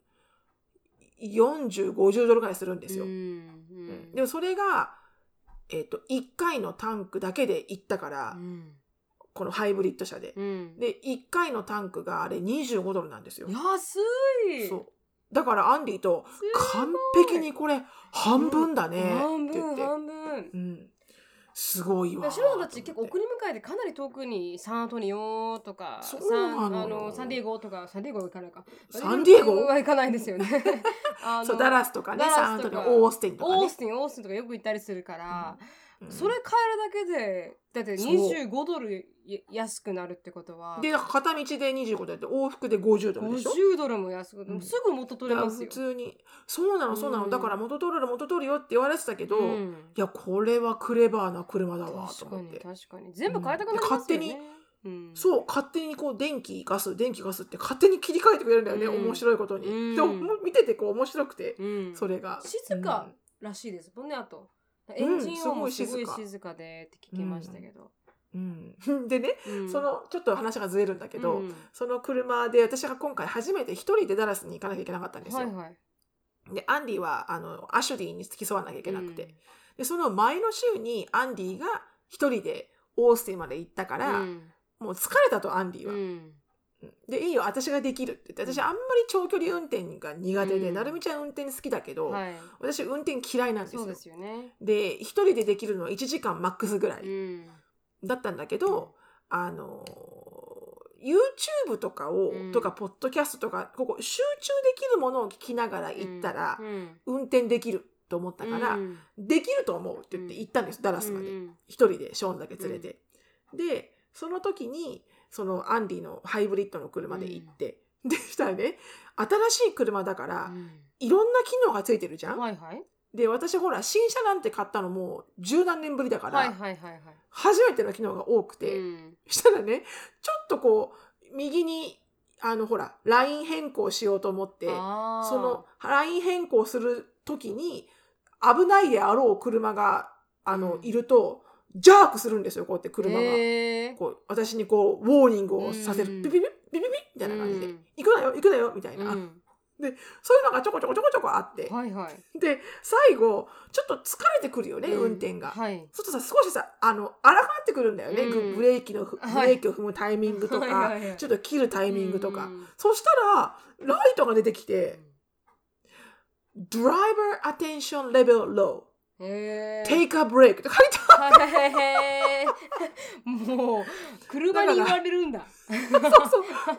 Speaker 2: 4050ドルぐらいするんですよ。
Speaker 1: うん
Speaker 2: う
Speaker 1: うんん
Speaker 2: でもそれが、えっと1回のタンクだけで行ったか
Speaker 1: う
Speaker 2: ら、
Speaker 1: ん
Speaker 2: このハイブリッド車で。
Speaker 1: うん
Speaker 2: で1回のタンクがあれ25ドルなんですよ。
Speaker 1: 安い
Speaker 2: そうだからアンディと
Speaker 1: すごい
Speaker 2: 完璧にこれ半分だね
Speaker 1: 半
Speaker 2: って言っ
Speaker 1: 分
Speaker 2: て、
Speaker 1: 半分
Speaker 2: うん、すごい
Speaker 1: だか
Speaker 2: わ
Speaker 1: らシロナたち結構
Speaker 2: と
Speaker 1: 送り迎えでかなり遠くにサンアトニオとか
Speaker 2: そう
Speaker 1: サン
Speaker 2: なのよ
Speaker 1: あのサンディエゴとかサンディエゴは行かないか
Speaker 2: 思ってサンディエゴ
Speaker 1: は行かない ですよねあの
Speaker 2: そうダラスとかね
Speaker 1: ダラスとか
Speaker 2: サンアントニオオースティンとか
Speaker 1: オー
Speaker 2: ね
Speaker 1: ス、ティンオースティンとかよく行ったりするから、
Speaker 2: うん
Speaker 1: それ変えるだけでだって25ドルや安くなるってことは
Speaker 2: で片道で25ドルで往復で50ドルでしょ
Speaker 1: 50ドルも安く、
Speaker 2: うん
Speaker 1: すぐ元取
Speaker 2: だ
Speaker 1: れ
Speaker 2: か
Speaker 1: ます
Speaker 2: ら普
Speaker 1: よ。
Speaker 2: 通にそうなのそうなの、
Speaker 1: うん
Speaker 2: だから元取る元取るよって言われてたけど、
Speaker 1: う
Speaker 2: い
Speaker 1: ん
Speaker 2: やこれはクレバーな車だわと
Speaker 1: 確か
Speaker 2: 思っ
Speaker 1: に
Speaker 2: て
Speaker 1: 確かに全部変えたくなりますよね。
Speaker 2: 勝
Speaker 1: うん
Speaker 2: そう勝手にこう電気ガス電気ガスって勝手に切り替えてくれるんだよね、
Speaker 1: うん
Speaker 2: 面白いことに、
Speaker 1: うん
Speaker 2: でも見ててこう面白くて、
Speaker 1: うん
Speaker 2: それが
Speaker 1: 静からしいですもんねあとエンジン音もすごい静かでって聞きましたけど、
Speaker 2: うん、うん でね
Speaker 1: うん
Speaker 2: そのちょっと話がずれるんだけど、
Speaker 1: うん
Speaker 2: その車で私が今回初めて一人でダラスに行かなきゃいけなかったんですよ。
Speaker 1: はいはい
Speaker 2: でアンディはあのアシュリーに付き添わなきゃいけなくて、でその前の週にアンディが一人でオースティンまで行ったか
Speaker 1: うん
Speaker 2: ら、
Speaker 1: うん
Speaker 2: もう疲れたとアンディは、
Speaker 1: うん
Speaker 2: うんでいいよ私ができるって言って私あんまり長距離運転が苦手で、
Speaker 1: うん
Speaker 2: なるみちゃん運転好きだけど、
Speaker 1: はい
Speaker 2: 私運転嫌いなんです
Speaker 1: そ
Speaker 2: よ
Speaker 1: うですよね
Speaker 2: で一人でできるのは1時間マックスぐらい
Speaker 1: うん
Speaker 2: だったんだけど、あのー YouTube とかを、
Speaker 1: うん
Speaker 2: とかポッドキャストとかここ集中できるものを聞きながら行ったら、
Speaker 1: うん
Speaker 2: 運転できると思ったから、
Speaker 1: うん
Speaker 2: できると思うって言って行ったんです、ダラスまで、
Speaker 1: うん
Speaker 2: 一人でショーンだけ連れて、でその時にそのアンディのハイブリッドの車で行って、でしたらね新しい車だから、
Speaker 1: うん
Speaker 2: いろんな機能がついてるじゃん、
Speaker 1: はいはい
Speaker 2: で私ほら新車なんて買ったのもう十何年ぶりだから、
Speaker 1: はいはいはいは
Speaker 2: 初めての機能が多く
Speaker 1: い
Speaker 2: て、
Speaker 1: うん
Speaker 2: したらねちょっとこう右にあのほらライン変更しようと思って
Speaker 1: あー
Speaker 2: そのライン変更する時に危ないであろう車があの、
Speaker 1: うん
Speaker 2: いるとジャークするんですよこうやって車が、
Speaker 1: へー
Speaker 2: こう私にこうウォーニングをさせる、
Speaker 1: うん
Speaker 2: ビビビビビビみたいな感じで、
Speaker 1: うん
Speaker 2: 行くなよ行くなよみたいな、
Speaker 1: うん
Speaker 2: そういうのがちょこちょこちょこちょこあって、
Speaker 1: はいはい
Speaker 2: で最後ちょっと疲れてくるよね、
Speaker 1: うん
Speaker 2: 運転が。
Speaker 1: はい
Speaker 2: そうするとさ少しさあの荒くなってくるんだよね、ぐ
Speaker 1: うん
Speaker 2: ブレーキのふブ
Speaker 1: はい
Speaker 2: レーキを踏むタイミングと
Speaker 1: は
Speaker 2: か、
Speaker 1: いはいはい
Speaker 2: ちょっと切るタイミングとか、
Speaker 1: うん
Speaker 2: そしたらライトが出てきて「Driver Attention Level Low
Speaker 1: へー
Speaker 2: Take a Break」って書いてあ
Speaker 1: へーもう車に言われるんだ。
Speaker 2: るそう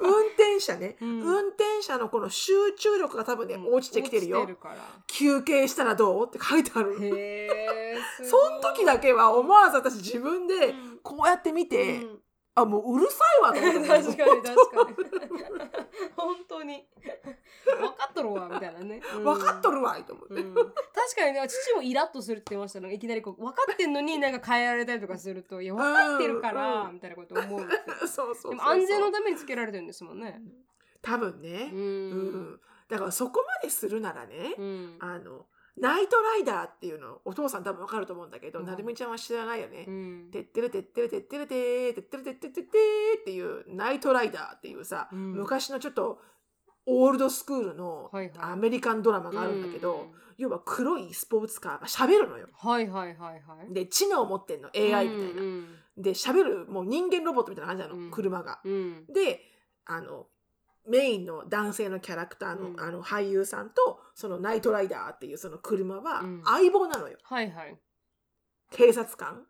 Speaker 2: 運転者ね、
Speaker 1: うん
Speaker 2: 運転者のこの集中力が多分ね落ちてきてるよ
Speaker 1: 落ちから
Speaker 2: 休憩したらどうって書いてある
Speaker 1: へーす
Speaker 2: そ
Speaker 1: ごい
Speaker 2: の時だけは思わず私自分で
Speaker 1: うん
Speaker 2: こうやって見て、
Speaker 1: うん
Speaker 2: あもううるさいわと思っ
Speaker 1: 確か
Speaker 2: たの
Speaker 1: に 確かに。本当に分かっとるわみたいなね。うん
Speaker 2: 分かっとるわいと思って、
Speaker 1: うん 確かにね父もイラッとするって言ってましたねいきなりこう分かってんのになんか変えられたりとかすると「いや分かってるか
Speaker 2: うん
Speaker 1: ら
Speaker 2: う」
Speaker 1: みたいなこと思うんですよ
Speaker 2: そうそうそうそう
Speaker 1: でも安全のためにつけられてるんですもんね。
Speaker 2: 多分ね
Speaker 1: う、
Speaker 2: うん
Speaker 1: ん
Speaker 2: だからそこまでするならね、
Speaker 1: うん
Speaker 2: あのナイトライダーっていうのお父さん多分わかると思うんだけど、
Speaker 1: うん
Speaker 2: なるみちゃんは知らないよね
Speaker 1: う。ん
Speaker 2: てってるてってるてってるてーてってるてってってってーっていうナイトライダーっていうさ、
Speaker 1: うん
Speaker 2: 昔のちょっとオールドスクールの
Speaker 1: はいはい
Speaker 2: アメリカンドラマがあるんだけど、要は黒いスポーツカーが喋るのよ
Speaker 1: うんはいはいはいはい
Speaker 2: で知能を持ってんの AI みたいな、
Speaker 1: うん
Speaker 2: で喋るもう人間ロボットみたいな感じなの、
Speaker 1: うん
Speaker 2: 車が
Speaker 1: うんうん
Speaker 2: であのメインの男性のキャラクターの,、
Speaker 1: うん
Speaker 2: あの俳優さんとそのナイトライダーっていうその車は
Speaker 1: うん
Speaker 2: 相棒なのよ、
Speaker 1: はいはい
Speaker 2: 警察官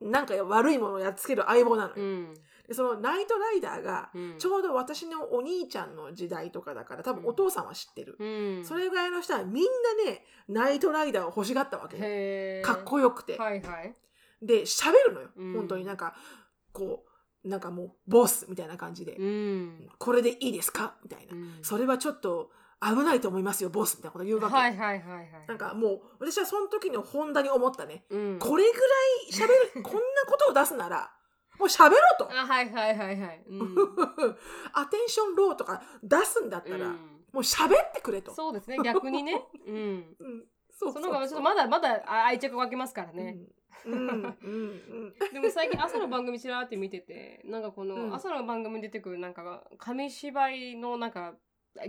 Speaker 2: なんか悪いものをやっつける相棒なの
Speaker 1: う
Speaker 2: よ、
Speaker 1: ん
Speaker 2: でそのナイトライダーが
Speaker 1: うん
Speaker 2: ちょうど私のお兄ちゃんの時代とかだから多分お父さんは知ってる、
Speaker 1: うん
Speaker 2: それぐらいの人はみんなねナイトライダーを欲しがったわけよ
Speaker 1: へー
Speaker 2: かっこよくて、
Speaker 1: はいはい
Speaker 2: で喋るのよ、
Speaker 1: うん
Speaker 2: 本当になんかこうなんかもうボスみたいな感じで、
Speaker 1: うん
Speaker 2: これでいいですかみたいな、
Speaker 1: うん
Speaker 2: それはちょっと危ないと思いますよボスみたいなこと言うわけ、
Speaker 1: はいはいはいはい
Speaker 2: なんかもう私はその時の本田に思ったね、
Speaker 1: うん
Speaker 2: これぐらい喋 るこんなことを出すならもう喋ろうと
Speaker 1: あはいはいはいはいうん
Speaker 2: アテンションローとか出すんだったら、
Speaker 1: う
Speaker 2: も
Speaker 1: ん
Speaker 2: う喋ってくれと
Speaker 1: そうですね逆に ねうん
Speaker 2: うんそう
Speaker 1: そ
Speaker 2: そう
Speaker 1: の方がちょっと
Speaker 2: 待
Speaker 1: まだまだあ愛着湧きますからね、
Speaker 2: うんうん うん
Speaker 1: でも最近朝の番組ちらーって見ててなんかこ
Speaker 2: うん
Speaker 1: の朝の番組に出てくるなんかが紙芝居のなんか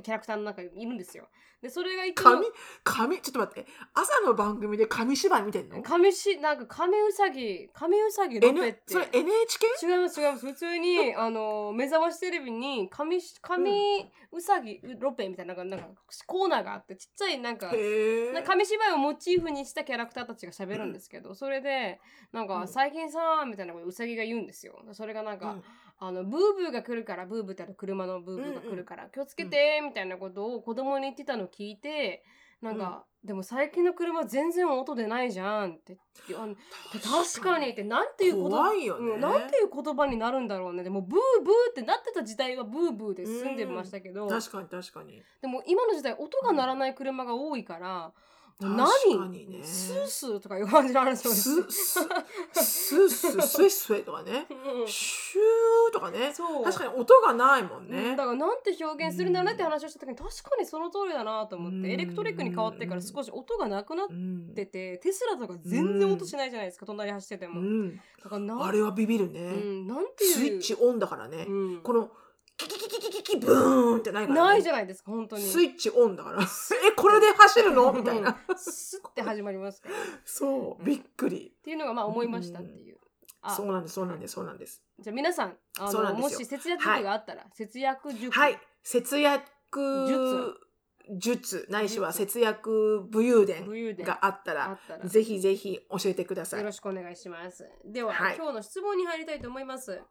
Speaker 1: キャラクターの中にいるんですよでそれが一応
Speaker 2: 紙紙ちょっと待って朝の番組で紙芝居見てんの
Speaker 1: 紙しなんか亀うさぎ亀うさぎロ
Speaker 2: N
Speaker 1: ペって
Speaker 2: それ NHK?
Speaker 1: 違います違います普通にあの目覚ましテレビに紙し紙うさぎロペみたいななんかなんかコーナーがあってちっちゃいなんか
Speaker 2: へ
Speaker 1: なん
Speaker 2: え
Speaker 1: か紙芝居をモチーフにしたキャラクターたちが喋るんですけど、それでなん
Speaker 2: う
Speaker 1: か
Speaker 2: ん
Speaker 1: 「最近さ」みたいなことうさぎが言うんですよそれがなんか、
Speaker 2: うん
Speaker 1: あのブーブーが来るからブーブーってあの車のブーブーが来るから、気をつけてみたいなことを子供に言ってたのを聞いてなんか、でも最近の車全然音出ないじゃんってあの確かにってなんていう言葉
Speaker 2: 怖いよね
Speaker 1: うんなんていう言葉になるんだろうねでもブーブーってなってた時代はブーブーで済んでましたけど、
Speaker 2: 確かに確かに
Speaker 1: でも今の時代音が鳴らない車が多いから、
Speaker 2: うん
Speaker 1: もう何
Speaker 2: 確かにね
Speaker 1: スースーとかいう感じの話をして
Speaker 2: すすすすすいすいとかね
Speaker 1: うん
Speaker 2: シューとかね
Speaker 1: そう
Speaker 2: 確かに音がないもん
Speaker 1: う
Speaker 2: ね
Speaker 1: んだからなんて表現するんだろうねって話をした時に確かにその通りだなと思っ
Speaker 2: うん
Speaker 1: てエレクトリックに変わってから少し音がなくなっ
Speaker 2: うん
Speaker 1: ててテスラとか全然音しないじゃないですか隣走ってて
Speaker 2: う
Speaker 1: も
Speaker 2: ん
Speaker 1: だからな
Speaker 2: あれはビビる
Speaker 1: う
Speaker 2: ね
Speaker 1: んなんていう
Speaker 2: スイッチオンだからね
Speaker 1: うん
Speaker 2: このキキキキキキキブーンってないからね
Speaker 1: ないじゃないですか本当に
Speaker 2: スイッチオンだからえこれで走るのみたいな
Speaker 1: うんスッて始まりますからっ
Speaker 2: そうびっくり
Speaker 1: ていうのがまあ思いましたっていうあ
Speaker 2: そうなんですそうなんですそうなんです
Speaker 1: じゃあ皆さんあ
Speaker 2: そうな
Speaker 1: の
Speaker 2: んで
Speaker 1: も
Speaker 2: すよ
Speaker 1: し節約術があったら、節約術
Speaker 2: はい節約術
Speaker 1: 術
Speaker 2: ないしは節約武勇
Speaker 1: 武
Speaker 2: 伝
Speaker 1: 勇伝
Speaker 2: があった
Speaker 1: あ
Speaker 2: ら
Speaker 1: ったら
Speaker 2: ぜひぜひ教えてください
Speaker 1: よろしくお願いしますでは、
Speaker 2: はい
Speaker 1: 今日の質問に入りたいと思います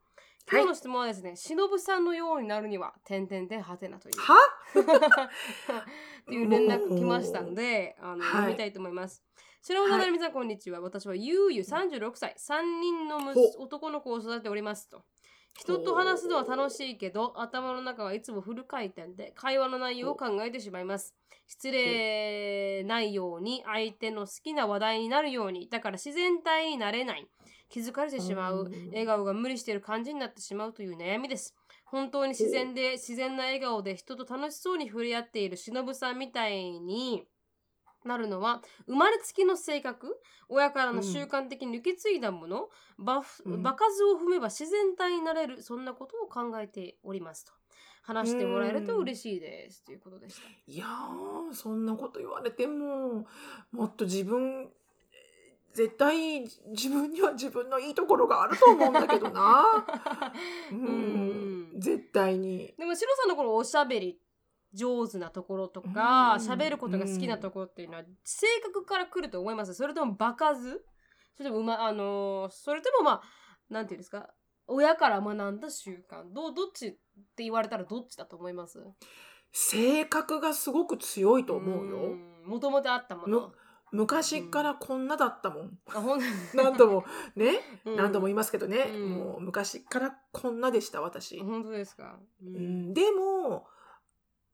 Speaker 1: 今日の質問はですね、しのぶさんのようになるには、てんてんてんはてなという。
Speaker 2: は
Speaker 1: っていう連絡来ましたので、あの、
Speaker 2: はい
Speaker 1: 読みたいと思います。白本
Speaker 2: はい
Speaker 1: なるみさん、こんにちは。私はゆうゆ36歳、3人のむ
Speaker 2: ほ
Speaker 1: 男の子を育てておりますと。人と話すのは楽しいけど、頭の中はいつもフル回転で、会話の内容を考えてしまいます。失礼ないように、相手の好きな話題になるように、だから自然体になれない。気づかれてしまう
Speaker 2: うん
Speaker 1: 笑顔が無理している感じになってしまうという悩みです本当に自然で自然な笑顔で人と楽しそうに触れ合っているしのぶさんみたいになるのは生まれつきの性格親からの習慣的に受け継いだもの、バフ
Speaker 2: うん
Speaker 1: 場数を踏めば自然体になれるそんなことを考えておりますと話してもらえると嬉しいですということ でした
Speaker 2: いやーそんなこと言われてももっと自分絶対自分には自分のいいところがあると思うんだけどな う
Speaker 1: うんん
Speaker 2: 絶対に
Speaker 1: でもシロさんのこのおしゃべり上手なところとか
Speaker 2: うん
Speaker 1: 喋ることが好きなところっていうのは性格からくると思いますそれとも場数それともうまあのーそれともまあなんていうんですか親から学んだ習慣どうどっちって言われたらどっちだと思います
Speaker 2: 性格がすごく強いと思うよ
Speaker 1: もともとあったもの
Speaker 2: む昔からこんなだったもん
Speaker 1: あ ほん
Speaker 2: 何度もね
Speaker 1: うん
Speaker 2: 何度も言いますけどね、
Speaker 1: うん
Speaker 2: もう昔からこんなでした私、
Speaker 1: 本当ですかう
Speaker 2: うんでも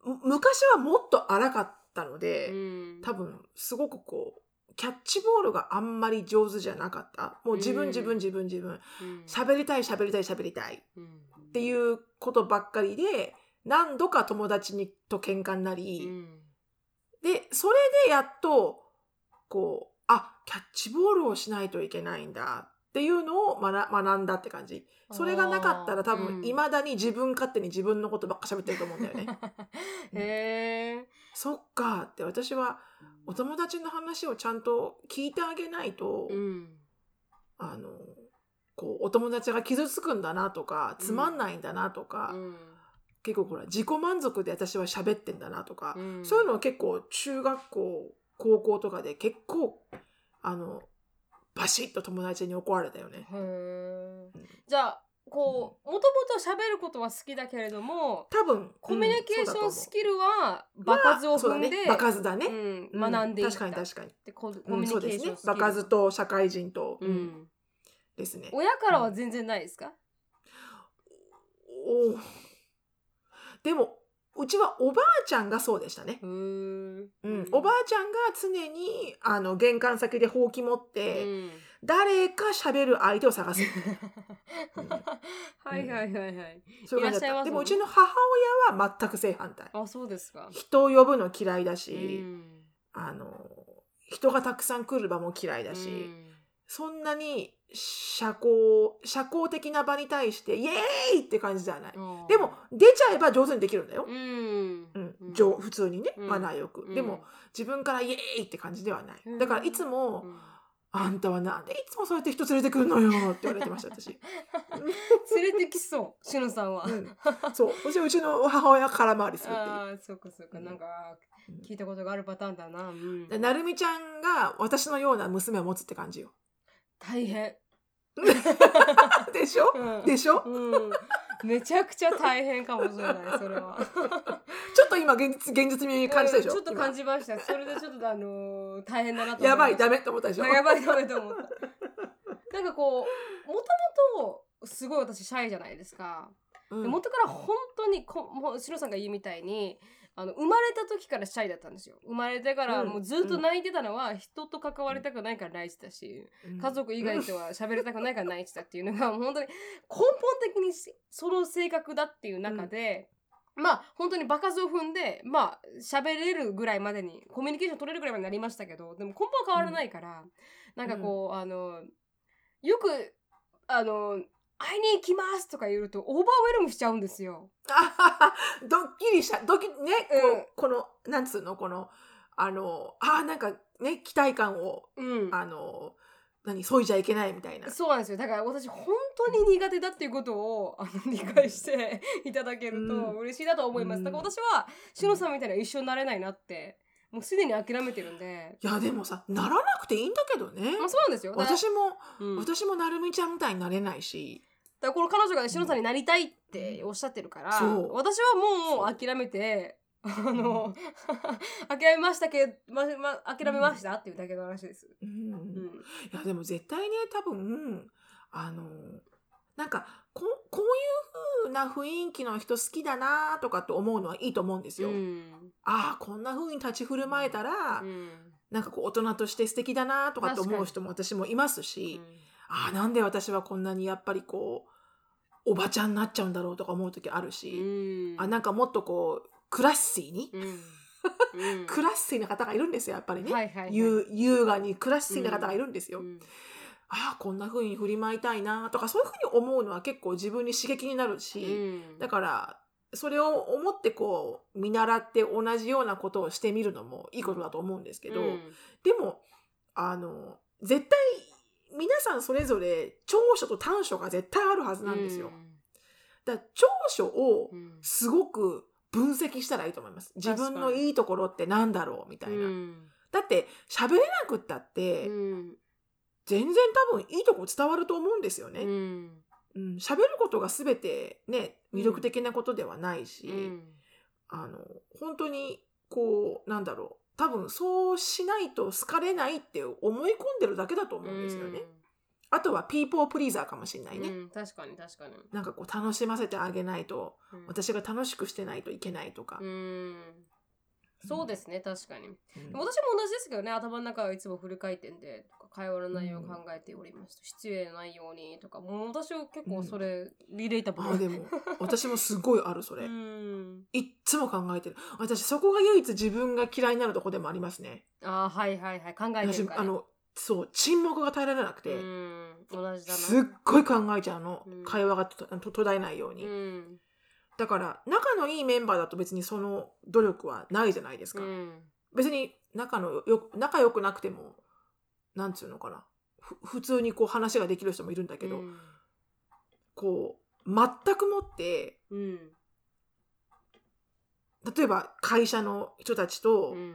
Speaker 2: む昔はもっと荒かったので、
Speaker 1: うん
Speaker 2: 多分すごくこうキャッチボールがあんまり上手じゃなかったもう自
Speaker 1: うん
Speaker 2: 分自分自分自分
Speaker 1: うん
Speaker 2: 喋りたい喋りたい喋りたいっ
Speaker 1: うん
Speaker 2: ていうことばっかりで何度か友達にと喧嘩になり、
Speaker 1: うん
Speaker 2: でそれでやっとこうあキャッチボールをしないといけないんだっっていうのを学学んだって感じそれがなかったら多分いまだに自分勝手に自分のことばっか喋ってると思うんだよね
Speaker 1: へえ
Speaker 2: そっかって私はお友達の話をちゃんと聞いてあげないと、
Speaker 1: うん
Speaker 2: あのこうお友達が傷つくんだなとかつまんないんだなとか、
Speaker 1: うん
Speaker 2: 結構ほら自己満足で私は喋ってんだなとか、
Speaker 1: うん
Speaker 2: そういうのを結構中学校高校とかで結構あのバシッと友達に怒られたよね。
Speaker 1: へーじゃあこうもともと喋ることは好きだけれども
Speaker 2: 多分
Speaker 1: コミュニケーションスキルは
Speaker 2: 場
Speaker 1: 場数を踏んで、
Speaker 2: 場数だね、
Speaker 1: う、
Speaker 2: うん
Speaker 1: 学んでいった
Speaker 2: 確か
Speaker 1: か
Speaker 2: に確かに、
Speaker 1: にコミ
Speaker 2: う
Speaker 1: ュ
Speaker 2: ん、
Speaker 1: ニ
Speaker 2: そう
Speaker 1: ケー
Speaker 2: で
Speaker 1: シ
Speaker 2: す
Speaker 1: ョ
Speaker 2: ね
Speaker 1: ンスキル
Speaker 2: 場数と社会人と、
Speaker 1: うん
Speaker 2: ですね。
Speaker 1: 親からは全然ないですか、
Speaker 2: おでもうちはおばあちゃんがそうでしたね
Speaker 1: う。ん
Speaker 2: うん、おばあちゃんが常にあの玄関先でほうき持って、
Speaker 1: うん
Speaker 2: 誰か喋る相手を 探すみたいなうん
Speaker 1: はいはいはいはい。
Speaker 2: そう
Speaker 1: い
Speaker 2: いう感じ
Speaker 1: らっしゃい
Speaker 2: だ
Speaker 1: ますもん
Speaker 2: った
Speaker 1: ね
Speaker 2: でもうちの母親は全く正反対
Speaker 1: あ、そうですか。
Speaker 2: 人を呼ぶの嫌いだ
Speaker 1: う
Speaker 2: し、
Speaker 1: ん。
Speaker 2: あの人がたくさん来る場も嫌いだし、
Speaker 1: うん
Speaker 2: そんなに社交社交的な場に対してイエーイって感じじゃない、でも、出ちゃえば上手にできるんだよ
Speaker 1: う、ん。
Speaker 2: うん
Speaker 1: うん
Speaker 2: 上普通にね、
Speaker 1: うん
Speaker 2: マナーよく、
Speaker 1: うん
Speaker 2: でも、自分からイエーイって感じではない、
Speaker 1: うん
Speaker 2: だからいつも、
Speaker 1: うん
Speaker 2: あんたはなんでいつもそうやって人連れてくるのよって言われてました 私、
Speaker 1: 連れてきそう、しのさんは。
Speaker 2: うん、そうそしてうちの母親が空回りするっていう
Speaker 1: ああ、そうかそうか。なんか、
Speaker 2: うん
Speaker 1: 聞いたことがあるパターンだな。うん
Speaker 2: でなるみちゃんが私のような娘を持つって感じ よ
Speaker 1: 大変。
Speaker 2: でしょ
Speaker 1: うん
Speaker 2: でしょ
Speaker 1: うん。めちゃくちゃ大変かもしれない、それは。
Speaker 2: ちょっと今現実現実に感じたでしょ、
Speaker 1: うんちょっと感じました。それでちょっと、あのー、大変だなと思
Speaker 2: 今やばい
Speaker 1: ました
Speaker 2: ダメって思ったでしょ
Speaker 1: あやばいダメと思った。なんかこうもともとすごい私シャイじゃないですか。
Speaker 2: うん
Speaker 1: で元から本当にこもうしのさんが言うみたいにあの生まれた時からシャイだったんですよ。生まれてから
Speaker 2: うん
Speaker 1: もうずっと泣いてたのは人と関わりたくないから泣いてたし、
Speaker 2: うん
Speaker 1: 家族以外とは喋りたくないから泣いてたっていうのがもう本当に根本的にしその性格だっていう中で。まあ本当に場数を踏んでまあ喋れるぐらいまでにコミュニケーション取れるぐらいまでになりましたけどでも根本は変わらないから、なんかこう、あのよくあの「会いに行きます」とか言うとオーバーウェルムしちゃうんですよ。
Speaker 2: あははドッキリしたドキねこう、
Speaker 1: うん
Speaker 2: このなんつうのこのあのあーなんかね期待感を
Speaker 1: うん、
Speaker 2: あの何削いじゃいけないみたいな
Speaker 1: そうなんですよだから私本当に苦手だっていうことをあの理解していただけると
Speaker 2: うん
Speaker 1: 嬉しいなと思います。
Speaker 2: うん
Speaker 1: だから私はしのさんみたいな一緒になれないなってもうすでに諦めてるんで、
Speaker 2: いやでもさならなくていいんだけどね
Speaker 1: まあ、そうなんですよ。だから
Speaker 2: 私も、
Speaker 1: うんだか
Speaker 2: 私もなるみちゃんみたいになれないし
Speaker 1: らこの彼女がしのさんになりたいっておっしゃってるから、
Speaker 2: そう
Speaker 1: 私はもう諦めて。あの 諦めましたけまま諦めましたっていうだけの話です。
Speaker 2: うん
Speaker 1: うん
Speaker 2: いやでも絶対ね多分あのなんかここういう風な雰囲気の人好きだなとかって思うのはいいと思うんですよ。
Speaker 1: うん
Speaker 2: ああこんな風に立ち振る舞えたら、
Speaker 1: うん
Speaker 2: なんかこう大人として素敵だなとかって思う人も私もいますし、ああなんで私はこんなにやっぱりこうおばちゃんになっちゃうんだろうとか思う時ある
Speaker 1: う
Speaker 2: し、
Speaker 1: ん
Speaker 2: あなんかもっとこうクラッシーに、
Speaker 1: うんうん
Speaker 2: クラッシーな方がいるんですよやっぱりね。
Speaker 1: はいはいはい
Speaker 2: 優優雅にクラッシーな方がいるんですよ。
Speaker 1: うん
Speaker 2: ああこんな風に振りまいたいなとかそういう風に思うのは結構自分に刺激になる
Speaker 1: う
Speaker 2: し、
Speaker 1: ん
Speaker 2: だからそれを思ってこう見習って同じようなことをしてみるのもいいことだと思うんですけど、
Speaker 1: うん
Speaker 2: でもあの絶対皆さんそれぞれ長所と短所が絶対あるはずなんですよ。だから長所を
Speaker 1: うん
Speaker 2: すごく分析したらいいと思います。自分のいいところってなんだろうみたいな。
Speaker 1: うん
Speaker 2: だって喋れなくったって、
Speaker 1: うん
Speaker 2: 全然多分いいとこ伝わると思うんですよね。
Speaker 1: うん
Speaker 2: うん、喋ることが全てね
Speaker 1: うん
Speaker 2: 魅力的なことではないし、
Speaker 1: うん
Speaker 2: あの本当にこうなんだろう多分そうしないと好かれないって思い込んでるだけだと思うんですよね。あとはピーポープリーザーかもしれないね。
Speaker 1: うん確かに確かに
Speaker 2: なんかこう楽しませてあげないと
Speaker 1: うん
Speaker 2: 私が楽しくしてないといけないとか。
Speaker 1: うんそうですね確かに
Speaker 2: うん
Speaker 1: 私も同じですけどね頭の中はいつもフル回転でとか会話の内容を考えております失礼ないようにとかもう私は結構それリレータブ
Speaker 2: あー
Speaker 1: ル
Speaker 2: で も私もすごいあるそれ、
Speaker 1: うん
Speaker 2: いっつも考えてる私そこが唯一自分が嫌いになるとこでもありますね
Speaker 1: あーはいはいはい考えて
Speaker 2: 私
Speaker 1: るから
Speaker 2: あのそう沈黙が耐えられなくて、
Speaker 1: うん、同じだな。
Speaker 2: すっごい考えちゃうの、
Speaker 1: うん
Speaker 2: 会話がとと途絶えないように、
Speaker 1: うん。
Speaker 2: だから仲のいいメンバーだと別にその努力はないじゃないです
Speaker 1: う
Speaker 2: か、
Speaker 1: ん。
Speaker 2: 別に仲のよ仲良くなくてもなんつうのかなふ普通にこう話ができる人もいるんだけど、
Speaker 1: うん
Speaker 2: こう全くもって
Speaker 1: うん。
Speaker 2: 例えば会社の人たちと
Speaker 1: うん。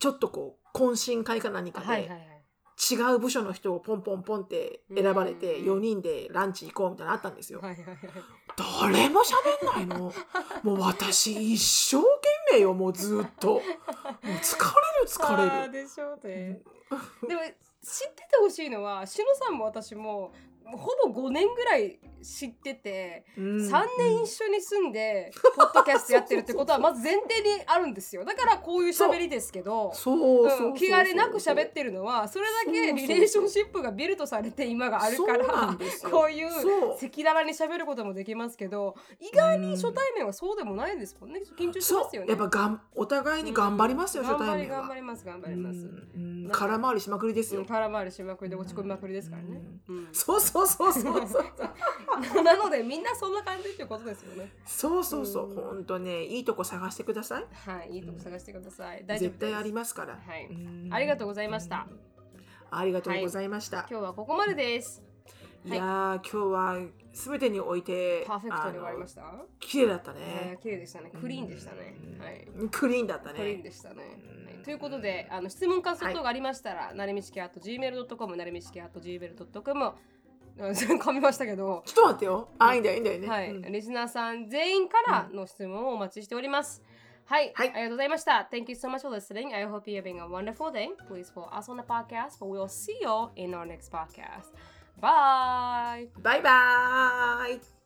Speaker 2: ちょっとこう懇親会か何
Speaker 1: あ
Speaker 2: か
Speaker 1: はいはい
Speaker 2: で
Speaker 1: はい。
Speaker 2: 違う部署の人をポンポンポンって選ばれて
Speaker 1: うん
Speaker 2: 4人でランチ行こうみたいなのあったんですよ。
Speaker 1: はいはいはい。
Speaker 2: 誰も喋んな いのもう私一生懸命よもうずっともう疲れる
Speaker 1: あー
Speaker 2: 疲れる。
Speaker 1: でしょう
Speaker 2: う
Speaker 1: ね
Speaker 2: ん。
Speaker 1: でも知っててほしいのは、しのさんも私もほぼ5年ぐらい知ってて、
Speaker 2: うん
Speaker 1: 3年一緒に住んで、ポッドキャストやってるって ことはまず前提にあるんですよ。だからこういう喋りですけど。
Speaker 2: そうそう
Speaker 1: うん、気兼ねなく喋ってるのはそれだけリレーションシップがビルドされて今があるから
Speaker 2: そうなんですよ
Speaker 1: こういう
Speaker 2: そう
Speaker 1: 赤裸々に喋ることもできますけど意外に初対面はそうでもないですもんね緊張し
Speaker 2: そ
Speaker 1: ますよ
Speaker 2: う
Speaker 1: ね
Speaker 2: やっぱがんお互いに頑張りますよ、
Speaker 1: うん
Speaker 2: 初対面は。
Speaker 1: 頑張ります頑張ります頑張り
Speaker 2: うんうん
Speaker 1: なんか
Speaker 2: 空回りしまくりで
Speaker 1: ますす、う
Speaker 2: よ
Speaker 1: ん、。空回りしまくりで落ち込みまくりですからね、うん
Speaker 2: そうそうそうそ うそうそう
Speaker 1: なのでみんなそんな感じっていうことですよね
Speaker 2: そうそうそう
Speaker 1: うん
Speaker 2: 本当ねいいとこ探してください
Speaker 1: はいいいとこ探してください、大丈夫で
Speaker 2: 絶
Speaker 1: す
Speaker 2: 対ありますから、
Speaker 1: はい
Speaker 2: うん
Speaker 1: ありがとうございました
Speaker 2: ありがとうございました、
Speaker 1: 今日はここまでです
Speaker 2: い、やー今日は全てにおいて
Speaker 1: パーフェクトに終わりま
Speaker 2: た
Speaker 1: した
Speaker 2: 綺麗だった
Speaker 1: え
Speaker 2: ね
Speaker 1: ー、綺麗でしたねクリーンでしたね、
Speaker 2: うん
Speaker 1: はい
Speaker 2: クリーンだったね
Speaker 1: トレインでしたね。
Speaker 2: うん
Speaker 1: はいということで、あの質問感想等がありましたら、なりみしきあと gmail.com、なりみしきあと gmail.com、あ 噛みましたけど、
Speaker 2: ちょっと待ってよあいいんだよいいんだよね、
Speaker 1: はい、
Speaker 2: うん
Speaker 1: リスナーさん全員からの質問をお待ちしております。はい、
Speaker 2: はい
Speaker 1: ありがとうございました。Thank you so much for listening. I hope you're having a wonderful day. Please follow us on the podcast, but we'll see you in our next podcast. Bye!
Speaker 2: バイバーイ